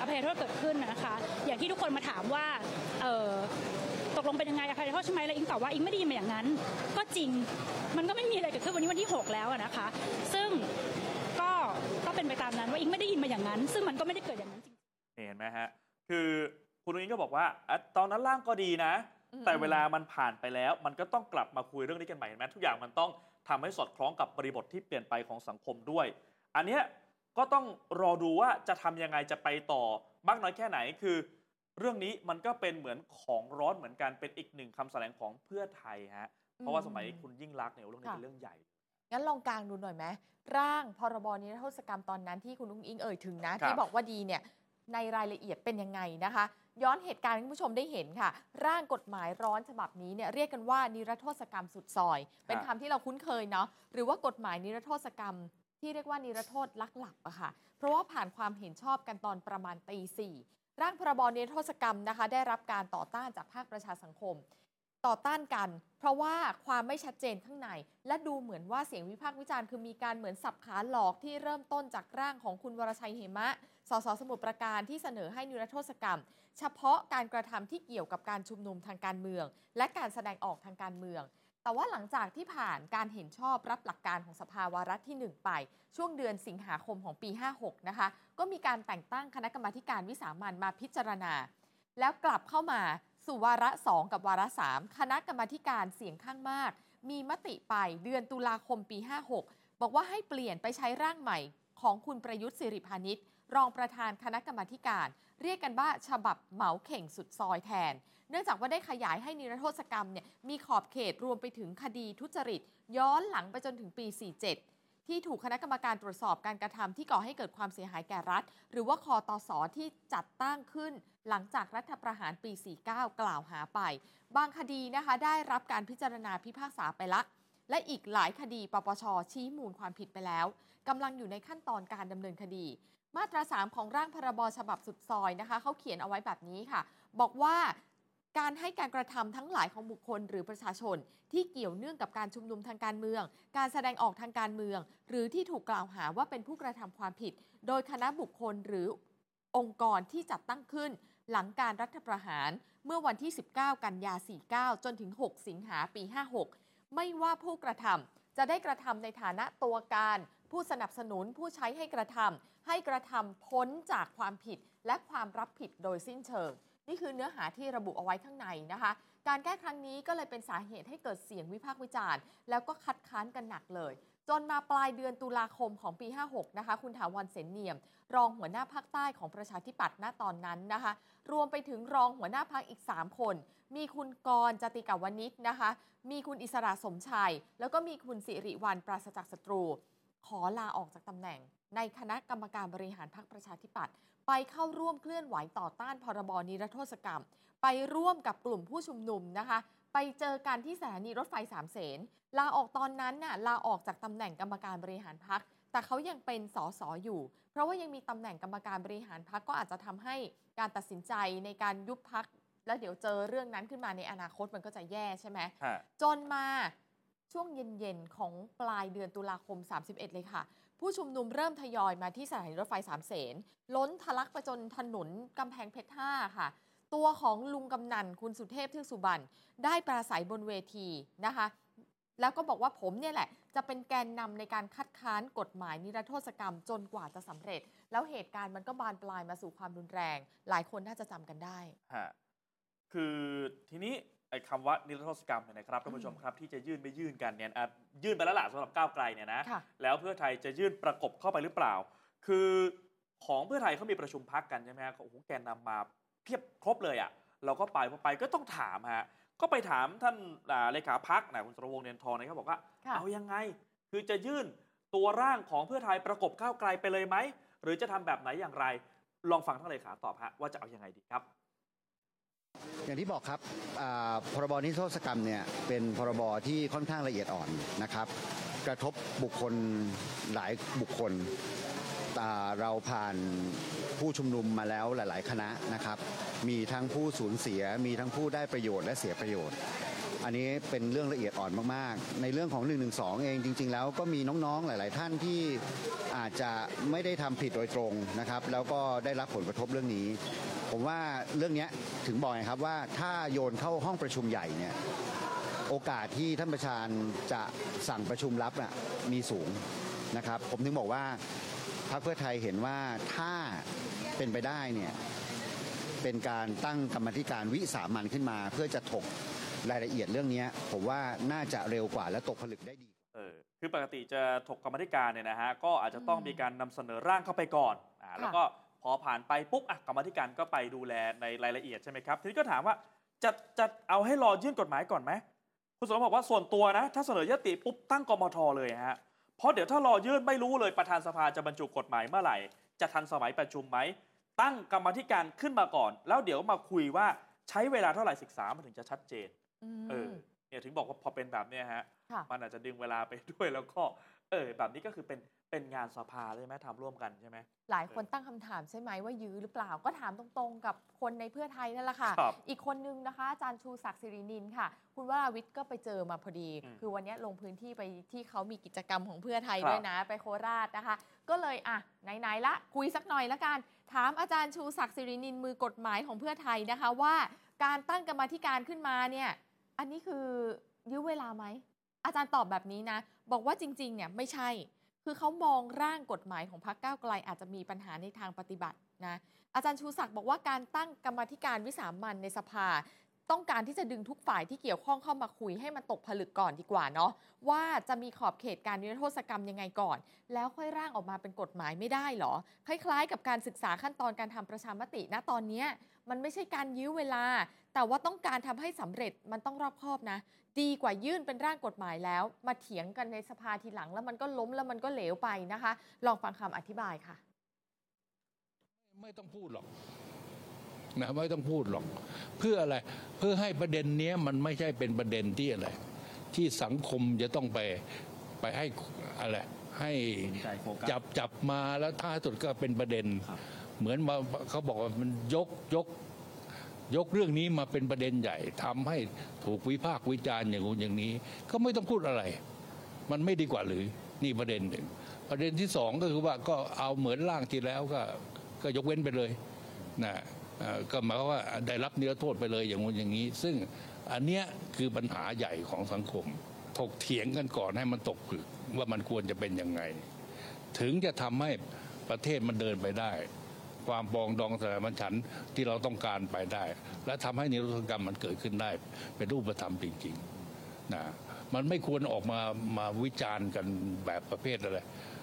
E: อภัยโทษเกิดขึ้นนะคะ อย่างที่ทุกคนมาถามว่าเอ่อตกลงเป็นยังไงอภัยโทษใช่ไหมแล้วอิงตอบว่าอิงไม่ได้ยินมาอย่างนั้น ก็จริงมันก็ไม่มีอะไรเกิดขึ้นวันนี้วันที่ 6 แล้วอะนะคะ ซึ่งก็ก็เป็นไปตามนั้นว่าอิงไม่ได้ยินมาอย่างนั้น ซึ่งมันก็ไม่ได้เกิดอย่างนั้นจริง
A: นี่เห็นไหมฮะ คือคุณอุ้งอิงก็บอกว่าอ่ะตอนนั้นร่างก็ดีนะ
B: อืม
A: แต่เวลามันผ่านไปแล้ว มันก็ต้องกลับมาคุยเรื่องนี้กันใหม่เห็นไหมทุกอย่างมันต้องทำให้สอดคล้องกับบริบทที่เปลี่ยนไปของสังคมด้วย อันเนี้ยก็ต้องรอดูว่าจะทำยังไงจะไปต่อมากน้อยแค่ไหนคือ เรื่องนี้มันก็เป็นเหมือนของร้อนเหมือนกันเป็นอีกหนึ่งคำแถลงของเพื่อไทยฮะเพราะว่าสมัยคุณยิ่งรักษณ์เนี่ยเรื่องนี้
B: ค่ะ
A: เป็นเรื่องใหญ่
B: งั้นลองกลางดูหน่อยไหมร่างพรบนิรโทษกรรมตอนนั้นที่คุณลุงอิงเอ่ยถึงนะ
A: ครับ
B: ที่บอกว่าดีเนี่ยในรายละเอียดเป็นยังไงนะคะ ย้อนเหตุการณ์ให้คุณผู้ชมได้เห็นค่ะ ร่างกฎหมายร้อนฉบับนี้เนี่ยเรียกกันว่านิรโทษกรรมสุดซอย เป็น
A: ครั
B: คำ
A: บ
B: ที่เราคุ้นเคยเนาะหรือว่ากฎหมายนิรโทษกรรม ที่เรียกว่านิรโทษลักหลับอะค่ะ เพราะว่าผ่านความเห็นชอบกันตอนประมาณตีสี่ร่างพรบนิรโทษกรรมนะคะ ได้รับการต่อต้านจากภาคประชาสังคม ต่อต้านกัน เพราะว่าความไม่ชัดเจนข้างใน และดูเหมือนว่าเสียงวิพากษ์วิจารณ์คือมีการเหมือนสับขาหลอกที่เริ่มต้นจากร่างของคุณวรชัยเหมะ สสสมุทรปราการที่เสนอให้นิรโทษกรรม เฉพาะการกระทำที่เกี่ยวกับการชุมนุมทางการเมือง และการแสดงออกทางการเมือง แต่ว่าหลังจากที่ผ่านการเห็นชอบรับหลักการของสภาวาระที่ 1 ไป ช่วงเดือนสิงหาคมของปี 56 นะคะ ก็มีการแต่งตั้งคณะกรรมาธิการวิสามันมาพิจารณา แล้วกลับเข้ามาสู่วาระ 2 กับวาระ 3 คณะกรรมาธิการเสียงข้างมาก มีมติไปเดือนตุลาคมปี 56 บอกว่าให้เปลี่ยนไปใช้ร่างใหม่ของคุณประยุทธ์สิริพานิชรองประธานคณะกรรมาธิการ เรียกกันว่าฉบับเหมาเข่งสุดซอยแทน เนื่องจากว่าได้ขยายให้นิรโทษกรรมเนี่ยมีขอบเขตรวมไปถึงคดีทุจริต ย้อนหลังไปจนถึงปี 47 ที่ถูกคณะกรรมการตรวจสอบการกระทำที่ก่อให้เกิดความเสียหายแก่รัฐ หรือว่าคอตอสอที่จัดตั้งขึ้น หลังจากรัฐประหารปี 49 กล่าวหาไป บางคดีนะคะได้รับการพิจารณาพิพากษาไปละ และอีกหลายคดีปปชชี้มูลความผิดไปแล้วกำลังอยู่ในขั้นตอนการดำเนินคดี มาตรา 3 ของร่างพรบฉบับสุดซอยนะคะเขาเขียนเอาไว้แบบนี้ค่ะ บอกว่าการให้การกระทำทั้งหลายของบุคคลหรือประชาชน ที่เกี่ยวเนื่องกับการชุมนุมทางการเมือง การแสดงออกทางการเมือง หรือที่ถูกกล่าวหาว่าเป็นผู้กระทำความผิด โดยคณะบุคคลหรือองค์กรที่จัดตั้งขึ้น หลังการรัฐประหารเมื่อวันที่ 19 กันยา 49 จนถึง 6 สิงหาปี 56 ไม่ว่าผู้กระทำจะได้กระทำในฐานะตัวการ ผู้สนับสนุนผู้ใช้ให้กระทำให้กระทำพ้นจากความผิดและความรับผิดโดยสิ้นเชิง นี่คือเนื้อหาที่ระบุเอาไว้ข้างในนะคะ การแก้ครั้งนี้ก็เลยเป็นสาเหตุให้เกิดเสียงวิพากษ์วิจารณ์ แล้วก็คัดค้านกันหนักเลย จนมาปลายเดือนตุลาคมของปี 56 นะคะ คุณถาวรเสนเนียม รองหัวหน้าภาคใต้ของประชาธิปัตย์ณตอนนั้นนะคะ รวมไปถึงรองหัวหน้าพักอีก 3 คน มีคุณกรณ์จติกาวนิชนะคะ มีคุณอิสระสมชัย แล้วก็มีคุณสิริวัลปราศจากศัตรู ขอลาออกจากตำแหน่ง ในคณะกรรมการบริหารพรรคประชาธิปัตย์ไปเข้าร่วมเคลื่อนไหวต่อต้านพรบนิรโทษกรรม ไปร่วมกับกลุ่มผู้ชุมนุมนะคะ ไปเจอกันที่สถานีรถไฟสามเสนลาออกตอนนั้นน่ะลาออกจากตำแหน่งกรรมการบริหารพรรคแต่เขายังเป็นสสอยู่ เพราะว่ายังมีตำแหน่งกรรมการบริหารพรรคก็อาจจะทำให้การตัดสินใจในการยุบพรรคแล้วเดี๋ยวเจอเรื่องนั้นขึ้นมาในอนาคตมันก็จะแย่ใช่ไหม
A: ฮะ
B: จนมาช่วงเย็น ๆ ของปลายเดือนตุลาคม 31 เลยค่ะ ผู้ชุมนุมเริ่มทยอยมาที่สถานีรถไฟสามเสนล้นทะลักไปจนถนนกำแพงเพชรห้าค่ะ ตัวของลุงกำนันคุณสุเทพเทือกสุบรรณได้ปราศัยบนเวทีนะคะ แล้วก็บอกว่าผมเนี่ยแหละ จะเป็นแกนนำในการคัดค้านกฎหมายนิรโทษกรรมจนกว่าจะสำเร็จ แล้วเหตุการณ์มันก็บานปลายมาสู่ความรุนแรง หลายคนน่าจะจำกันได้
A: ฮะคือทีนี้ไอ้คำว่านิรโทษกรรมเนี่ยนะครับท่านผู้ชมครับที่จะยื่นไม่ยื่นกันเนี่ยอ่ะยื่นไปแล้วล่ะสำหรับก้าวไกลเนี่ยนะ
B: ค่ะ
A: แล้วเพื่อไทยจะยื่นประกบเข้าไปหรือเปล่า คือของเพื่อไทยเขามีประชุมพักกันใช่ไหมฮะโอ้โหแกนนำมาเพียบครบเลยอ่ะเราก็ไปพอไปก็ต้องถามฮะก็ไปถามท่านอ่าเลขาพักนะคุณสรวงศ์เนียนทองนะครับบอกว่า
B: ค่ะ
A: เอายังไง คือจะยื่นตัวร่างของเพื่อไทยประกบก้าวไกลไปเลยไหม หรือจะทำแบบไหนอย่างไร ลองฟังท่านเลขาตอบฮะว่าจะเอายังไงดีครับ
F: อย่างที่บอกครับอ่าพรบนิรโทษกรรมเนี่ยเป็นพรบที่ค่อนข้างละเอียดอ่อนนะครับ กระทบบุคคลหลายบุคคลอ่าเราผ่านผู้ชุมนุมมาแล้วหลาย ๆ คณะนะครับ มีทั้งผู้สูญเสีย มีทั้งผู้ได้ประโยชน์และเสียประโยชน์ อันนี้เป็นเรื่องละเอียดอ่อนมากๆ ในเรื่องของ 1 1 2 เองจริง ๆ แล้วก็มีน้องๆ หลาย ๆ ท่านที่อาจจะไม่ได้ทำผิดโดยตรงนะครับ แล้วก็ได้รับผลกระทบเรื่องนี้ ผมว่าเรื่องเนี้ยถึงบอกไงครับว่าถ้าโยนเข้าห้องประชุมใหญ่เนี่ยโอกาสที่ท่านประธานจะสั่งประชุมลับน่ะมีสูงนะครับ ผมถึงบอกว่าพรรคเพื่อไทยเห็นว่าถ้าเป็นไปได้เนี่ย เป็นการตั้งกรรมธิการวิสามันขึ้นมา เพื่อจะถกรายละเอียดเรื่องเนี้ยผมว่าน่าจะเร็วกว่าและตกผลึกได้ดี
A: เออคือปกติจะถกกรรมธิการเนี่ยนะฮะก็อาจจะต้อง
B: อืม
A: มีการนำเสนอร่างเข้าไปก่อนอ่าแล้วก็พอผ่านไปปุ๊บอ่ะกรรมธิการก็ไปดูแลในรายละเอียดใช่ไหมครับทีนี้ก็ถามว่าจะจะเอาให้รอยื่นกฎหมายก่อนไหมคุณสมรบอกว่าส่วนตัวนะ ถ้าเสนอยติปุ๊บตั้งกมทเลยฮะเพราะเดี๋ยวถ้ารอยื่นไม่รู้เลยประธานสภาจะบรรจุกฎหมายเมื่อไหร่ จะทันสมัยประชุมไหมตั้งกรรมธิการขึ้นมาก่อน แล้วเดี๋ยวมาคุยว่าใช้เวลาเท่าไหร่ศึกษามันถึงจะชัดเจน เออเนี่ยถึงบอกว่าพอเป็นแบบเนี้ยฮะ
B: ค่ะ
A: มันอาจจะดึงเวลาไปด้วยแล้วก็ เออ แบบนี้ก็คือเป็นเป็นงานสภาเลยไหมทำร่วมกันใช่ไหม
B: หลายคนตั้งคำถามใช่ไหมว่ายื้อหรือเปล่าก็ถามตรงๆ กับคนในเพื่อไทยนั่นแหละค่ะ
A: ครับ
B: อีกคนนึงนะคะอาจารย์ชูศักดิ์สิรินินค่ะ คุณวราวิทย์ก็ไปเจอมาพอดี
A: อืม
B: คือวันนี้ลงพื้นที่ไปที่เขามีกิจกรรมของเพื่อไทย
A: ครับ
B: ด้วยนะไปโคราชนะคะ ก็เลยอ่ะไหนๆละคุยสักหน่อยละกัน ถามอาจารย์ชูศักดิ์สิรินินมือกฎหมายของเพื่อไทยนะคะว่า การตั้งกรรมาธิการขึ้นมาเนี่ยอันนี้คือยื้อเวลาไหมอาจารย์ตอบแบบนี้นะ บอกว่าจริงๆเนี่ยไม่ใช่ คือเขามองร่างกฎหมายของพรรคก้าวไกลอาจจะมีปัญหาในทางปฏิบัตินะอาจารย์ชูศักดิ์บอกว่าการตั้งกรรมาธิการวิสามันในสภา ต้องการที่จะดึงทุกฝ่ายที่เกี่ยวข้องเข้ามาคุยให้มันตกผลึกก่อนดีกว่าเนาะว่าจะมีขอบเขตการนิรโทษกรรมยังไงก่อน แล้วค่อยร่างออกมาเป็นกฎหมายไม่ได้เหรอ คล้ายๆ กับการศึกษาขั้นตอนการทำประชามตินะตอนเนี้ยมันไม่ใช่การยื้อเวลา แต่ว่าต้องการทำให้สำเร็จมันต้องรอบคอบนะ ดีกว่ายื่นเป็นร่างกฎหมายแล้ว มาเถียงกันในสภาทีหลังแล้วมันก็ล้มแล้วมันก็เหลวไปนะคะ ลองฟังคำอธิบายค่ะ
G: ไม่ต้องพูดหรอกนะไม่ต้องพูดหรอก เพื่ออะไรเพื่อให้ประเด็นเนี้ยมันไม่ใช่เป็นประเด็นที่อะไร ที่สังคมจะต้องไปไปให้อะไรให้จับจับมาแล้วท้ายสุดก็เป็นประเด็น เหมือนมาเขาบอกว่ามันยกยก ยกเรื่องนี้มาเป็นประเด็นใหญ่ทำให้ถูกวิพากษ์วิจารณ์อย่างงู้นอย่างนี้ ก็ไม่ต้องพูดอะไร มันไม่ดีกว่าหรือนี่ประเด็นหนึ่ง ประเด็นที่สองก็คือว่าก็เอาเหมือนร่างที่แล้วก็ก็ยกเว้นไปเลยนะเอ่อก็หมายความว่าได้รับนิรโทษไปเลยอย่างงู้นอย่างนี้ ซึ่งอันเนี้ยคือปัญหาใหญ่ของสังคม ถกเถียงกันก่อนให้มันตกผลึกว่ามันควรจะเป็นยังไง ถึงจะทำให้ประเทศมันเดินไปได้ ความปรองดองสถาบันฉันท์ที่เราต้องการไปได้ และทำให้นิรโทษกรรมมันเกิดขึ้นได้ เป็นรูปธรรมจริงๆนะมันไม่ควรออกมามาวิจารณ์กันแบบประเภทอะไร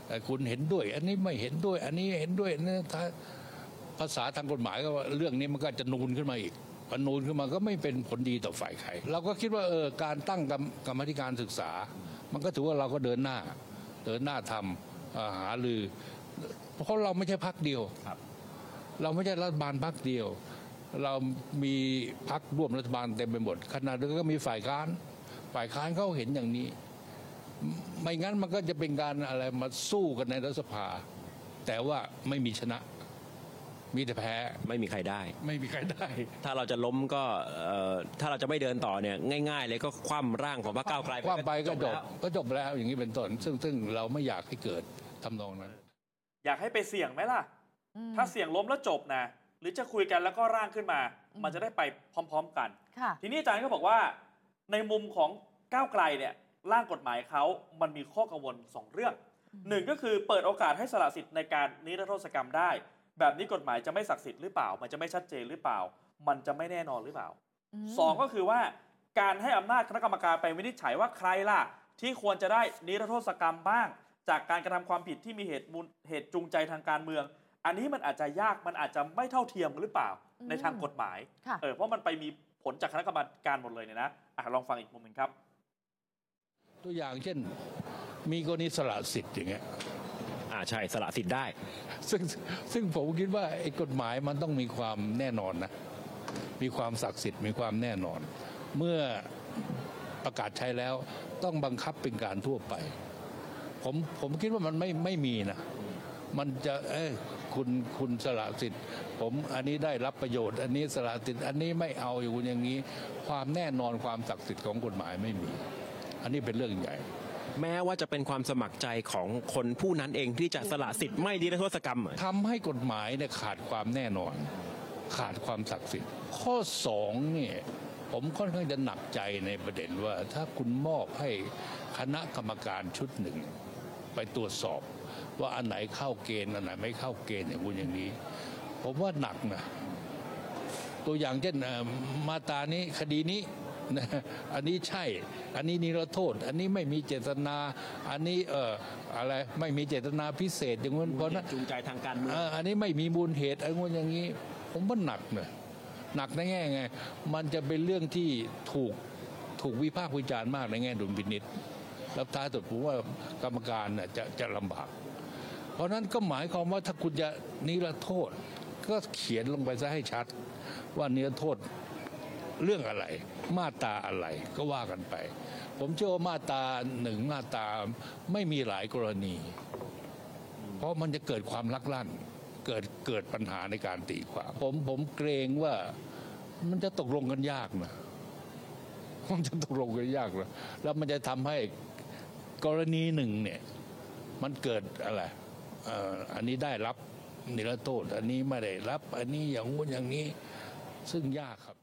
G: เอ่อคุณเห็นด้วย อันนี้ไม่เห็นด้วย อันนี้เห็นด้วยอันนี้ถ้าภาษาทางกฎหมายก็ว่าเรื่องนี้มันก็จะนูนขึ้นมาอีกพอนูนขึ้นมาก็ไม่เป็นผลดีต่อฝ่ายใครเราก็คิดว่าเออการตั้งกรรมกรรมาธิการศึกษา มันก็ถือว่าเราก็เดินหน้า เดินหน้าทำเอ่อหาลือ เพราะเราไม่ใช่พักเดียว เราไม่ใช่รัฐบาลพักเดียว เรามีพักร่วมรัฐบาลเต็มไปหมด ขณะเดียวกันก็มีฝ่ายค้าน ฝ่ายค้านเขาเห็นอย่างนี้ ไม่งั้นมันก็จะเป็นการอะไรมาสู้กันในรัฐสภา แต่ว่าไม่มีชนะ มีแต่แพ้
H: ไม่มีใครได้
G: ไม่มีใครได้
H: ถ้าเราจะล้มก็เอ่อถ้าเราจะไม่เดินต่อเนี่ยง่าย ๆ เลยก็คว่ำร่างของพรรคก้าวไกล
G: ความไปก็จบ
H: แล้ว
G: ก็จบแล้วอย่างนี้เป็นต้น ซึ่งซึ่งเราไม่อยากให้เกิดทำนองนั้น
A: อยากให้ไปเสี่ยงไหมล่ะ ถ้าเสี่ยงล้มแล้วจบนะ หรือจะคุยกันแล้วก็ร่างขึ้นมา
B: อืม
A: มันจะได้ไปพร้อม ๆ กัน
B: ค่ะ
A: ทีนี้อาจารย์ก็บอกว่าในมุมของก้าวไกลเนี่ยร่างกฎหมายเขามันมีข้อกังวลสองเรื่องหนึ่งก็คือเปิดโอกาสให้สละสิทธิ์ในการนิรโทษกรรมได้ แบบนี้กฎหมายจะไม่ศักดิ์สิทธิ์หรือเปล่า มันจะไม่ชัดเจนหรือเปล่า มันจะไม่แน่นอนหรือเปล่า สองก็คือว่าการให้อำนาจคณะกรรมการไปวินิจฉัยว่าใครล่ะ ที่ควรจะได้นิรโทษกรรมบ้าง จากการกระทำความผิดที่มีเหตุมูลเหตุจูงใจทางการเมือง อันนี้มันอาจจะยากมันอาจจะไม่เท่าเทียมหรือเปล่า
B: อืม
A: ในทางกฎหมาย
B: ค่ะ
A: เออเพราะมันไปมีผลจากคณะกรรมการหมดเลยเนี่ยนะอ่ะลองฟังอีกมุมหนึ่งครับ
G: ตัวอย่างเช่น มีกรณีสละสิทธิ์อย่างเงี้ย
H: อ่าใช่สละสิทธิ์ได้
G: ซึ่งซึ่งผมคิดว่าไอ้กฎหมายมันต้องมีความแน่นอนนะ มีความศักดิ์สิทธิ์มีความแน่นอน เมื่อประกาศใช้แล้วต้องบังคับเป็นการทั่วไป ผมผมคิดว่ามันไม่ไม่มีนะ มันจะเออ คุณคุณสละสิทธิ์ ผมอันนี้ได้รับประโยชน์ อันนี้สละสิทธิ์อันนี้ไม่เอาอยู่อย่างนี้ ความแน่นอนความศักดิ์สิทธิ์ของกฎหมายไม่มี อันนี้เป็นเรื่องใหญ่
H: แม้ว่าจะเป็นความสมัครใจของคนผู้นั้นเองที่จะสละสิทธิ์ไม่นิรโทษกรรม
G: ทำให้กฎหมายเนี่ยขาดความแน่นอน ขาดความศักดิ์สิทธิ์ข้อสองเนี่ยผมค่อนข้างจะหนักใจในประเด็นว่า ถ้าคุณมอบให้คณะกรรมการชุดหนึ่ง ไปตรวจสอบ ว่าอันไหนเข้าเกณฑ์อันไหนไม่เข้าเกณฑ์อย่างคุณอย่างนี้ ผมว่าหนักนะตัวอย่างเช่นเอ่อมาตรานี้คดีนี้ นะอันนี้ใช่ อันนี้นิรโทษ อันนี้ไม่มีเจตนา อันนี้เอ่ออะไรไม่มีเจตนาพิเศษอย่างนั้นเพราะนั้น
H: จูงใจทางการเมือง
G: เอ่ออันนี้ไม่มีมูลเหตุไอ้งนอย่างนี้ ผมว่าหนักเนยหนักในแง่ไง มันจะเป็นเรื่องที่ถูกถูกวิพากษ์วิจารณ์มากในแง่ดุลพินิษแล้วท้ายสุดผมว่ากรรมการน่ะจะจะลำบาก เพราะฉะนั้นก็หมายความว่าถ้าคุณจะนิรโทษ ก็เขียนลงไปซะให้ชัด ว่านิรโทษเรื่องอะไร มาตราอะไรก็ว่ากันไป ผมเชื่อว่ามาตราหนึ่งมาตราไม่มีหลายกรณี เพราะมันจะเกิดความลักลั่น เกิดเกิดปัญหาในการตีความผมผมเกรงว่ามันจะตกลงกันยากนะมันจะตกลงกันยากนะแล้วมันจะทำให้กรณีหนึ่งเนี่ย มันเกิดอะไรเอ่ออันนี้ได้รับนิรโทษ อันนี้ไม่ได้รับ อันนี้อย่างงู้นอย่างนี้ ซึ่งยากครับ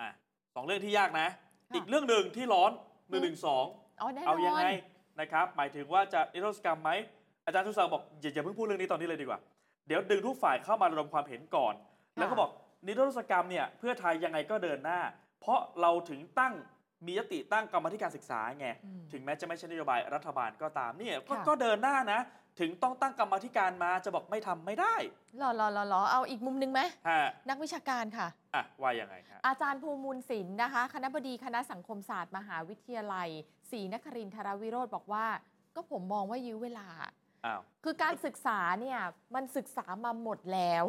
A: อ่ะสองเรื่องที่ยากนะ อีกเรื่องหนึ่งที่ร้อนหนึ่งหนึ่งสอง
B: อ๋อแน่นอน
A: เอายังไงนะครับ หมายถึงว่าจะนิรโทษกรรมไหม อาจารย์ชูศักดิ์บอกอย่าอย่าเพิ่งพูดเรื่องนี้ตอนนี้เลยดีกว่า เดี๋ยวดึงทุกฝ่ายเข้ามาระดมความเห็นก่อน แล้วก็บอกนิรโทษกรรมเนี่ยเพื่อไทยยังไงก็เดินหน้า เพราะเราถึงตั้งมียติตั้งกรรมาธิการศึกษาไง
B: อืม
A: ถึงแม้จะไม่ใช่นโยบายรัฐบาลก็ตามเนี่ยก็
B: ค่ะ
A: ก็เดินหน้านะ ถึงต้องตั้งกรรมาธิการมาจะบอกไม่ทำไม่ได้
B: หรอหรอหรอหรอเอาอีกมุมนึงไหม
A: ฮะ
B: นักวิชาการค่ะ
A: อ่ะว่ายังไงฮะ
B: อาจารย์ภูมิมูลศิลป์นะคะ คณะบดีคณะสังคมศาสตร์มหาวิทยาลัยศรีนครินทรวิโรธบอกว่า ก็ผมมองว่ายื้อเวลา
A: อ้าว
B: คือการศึกษาเนี่ยมันศึกษามาหมดแล้ว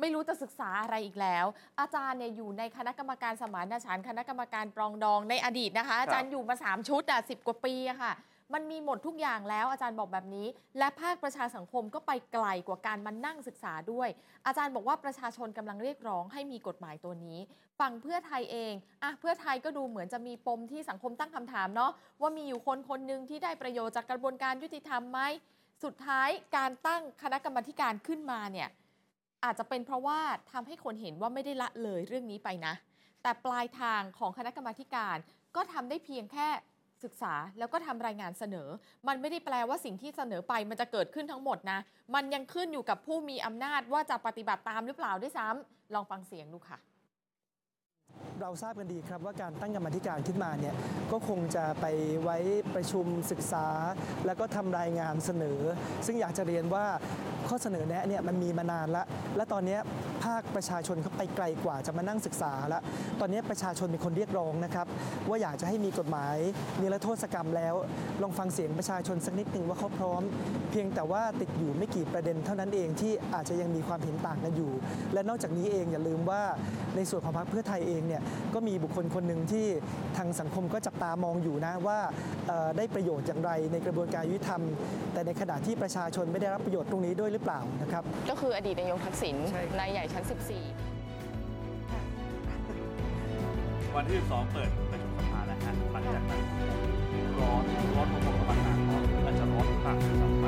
B: ไม่รู้จะศึกษาอะไรอีกแล้ว อาจารย์เนี่ยอยู่ในคณะกรรมการสมานฉันท์คณะกรรมการปรองดองในอดีตนะคะ อาจารย์อยู่มา 3 ชุดอ่ะสิกว่าปีอะค่ะ มันมีหมดทุกอย่างแล้วอาจารย์บอกแบบนี้ และภาคประชาสังคมก็ไปไกลกว่าการมานั่งศึกษาด้วย อาจารย์บอกว่าประชาชนกำลังเรียกร้องให้มีกฎหมายตัวนี้ ฝั่งเพื่อไทยเองอ่ะเพื่อไทยก็ดูเหมือนจะมีปมที่สังคมตั้งคำถามเนาะว่ามีอยู่คนคนหนึ่งที่ได้ประโยชน์จากกระบวนการยุติธรรมไหม สุดท้ายการตั้งคณะกรรมาธิการขึ้นมาเนี่ยอาจจะเป็นเพราะว่าทำให้คนเห็นว่าไม่ได้ละเลยเรื่องนี้ไปนะ แต่ปลายทางของคณะกรรมาธิการก็ทำได้เพียงแค่ศึกษาแล้วก็ทำรายงานเสนอ มันไม่ได้แปลว่าสิ่งที่เสนอไปมันจะเกิดขึ้นทั้งหมดนะ มันยังขึ้นอยู่กับผู้มีอำนาจว่าจะปฏิบัติตามหรือเปล่าด้วยซ้ำลองฟังเสียงดูค่ะ
I: เราทราบกันดีครับว่าการตั้งกรรมาธิการขึ้นมาเนี่ยก็คงจะไปไว้ประชุมศึกษา แล้วก็ทำรายงานเสนอ ซึ่งอยากจะเรียนว่าข้อเสนอแนะเนี่ยมันมีมานานละ และตอนเนี้ยภาคประชาชนเขาไปไกลกว่าจะมานั่งศึกษาละตอนเนี้ยประชาชนมีคนเรียกร้องนะครับว่าอยากจะให้มีกฎหมายนิรโทษกรรมแล้ว ลองฟังเสียงประชาชนสักนิดหนึ่งว่าเขาพร้อม เพียงแต่ว่าติดอยู่ไม่กี่ประเด็นเท่านั้นเองที่อาจจะยังมีความเห็นต่างกันอยู่ และนอกจากนี้เองอย่าลืมว่าในส่วนของพรรคเพื่อไทยเองเนี่ยก็มีบุคคลคนหนึ่งที่ทางสังคมก็จับตามองอยู่นะว่าเอ่อได้ประโยชน์อย่างไรในกระบวนการยุติธรรม แต่ในขณะที่ประชาชนไม่ได้รับประโยชน์ตรงนี้ด้วยหรือเปล่านะครับ
B: ก็คืออดีตนายกทักษิณ
I: ใช่ครับ
B: นายใหญ่ชั้น 14
A: วันที่12เปิดประชุมสภาแล้วฮะหลังจากนั้นร้อนร้อนพอๆกับวันงานร้อนอาจจะร้อนมากด้วยซ้ำไป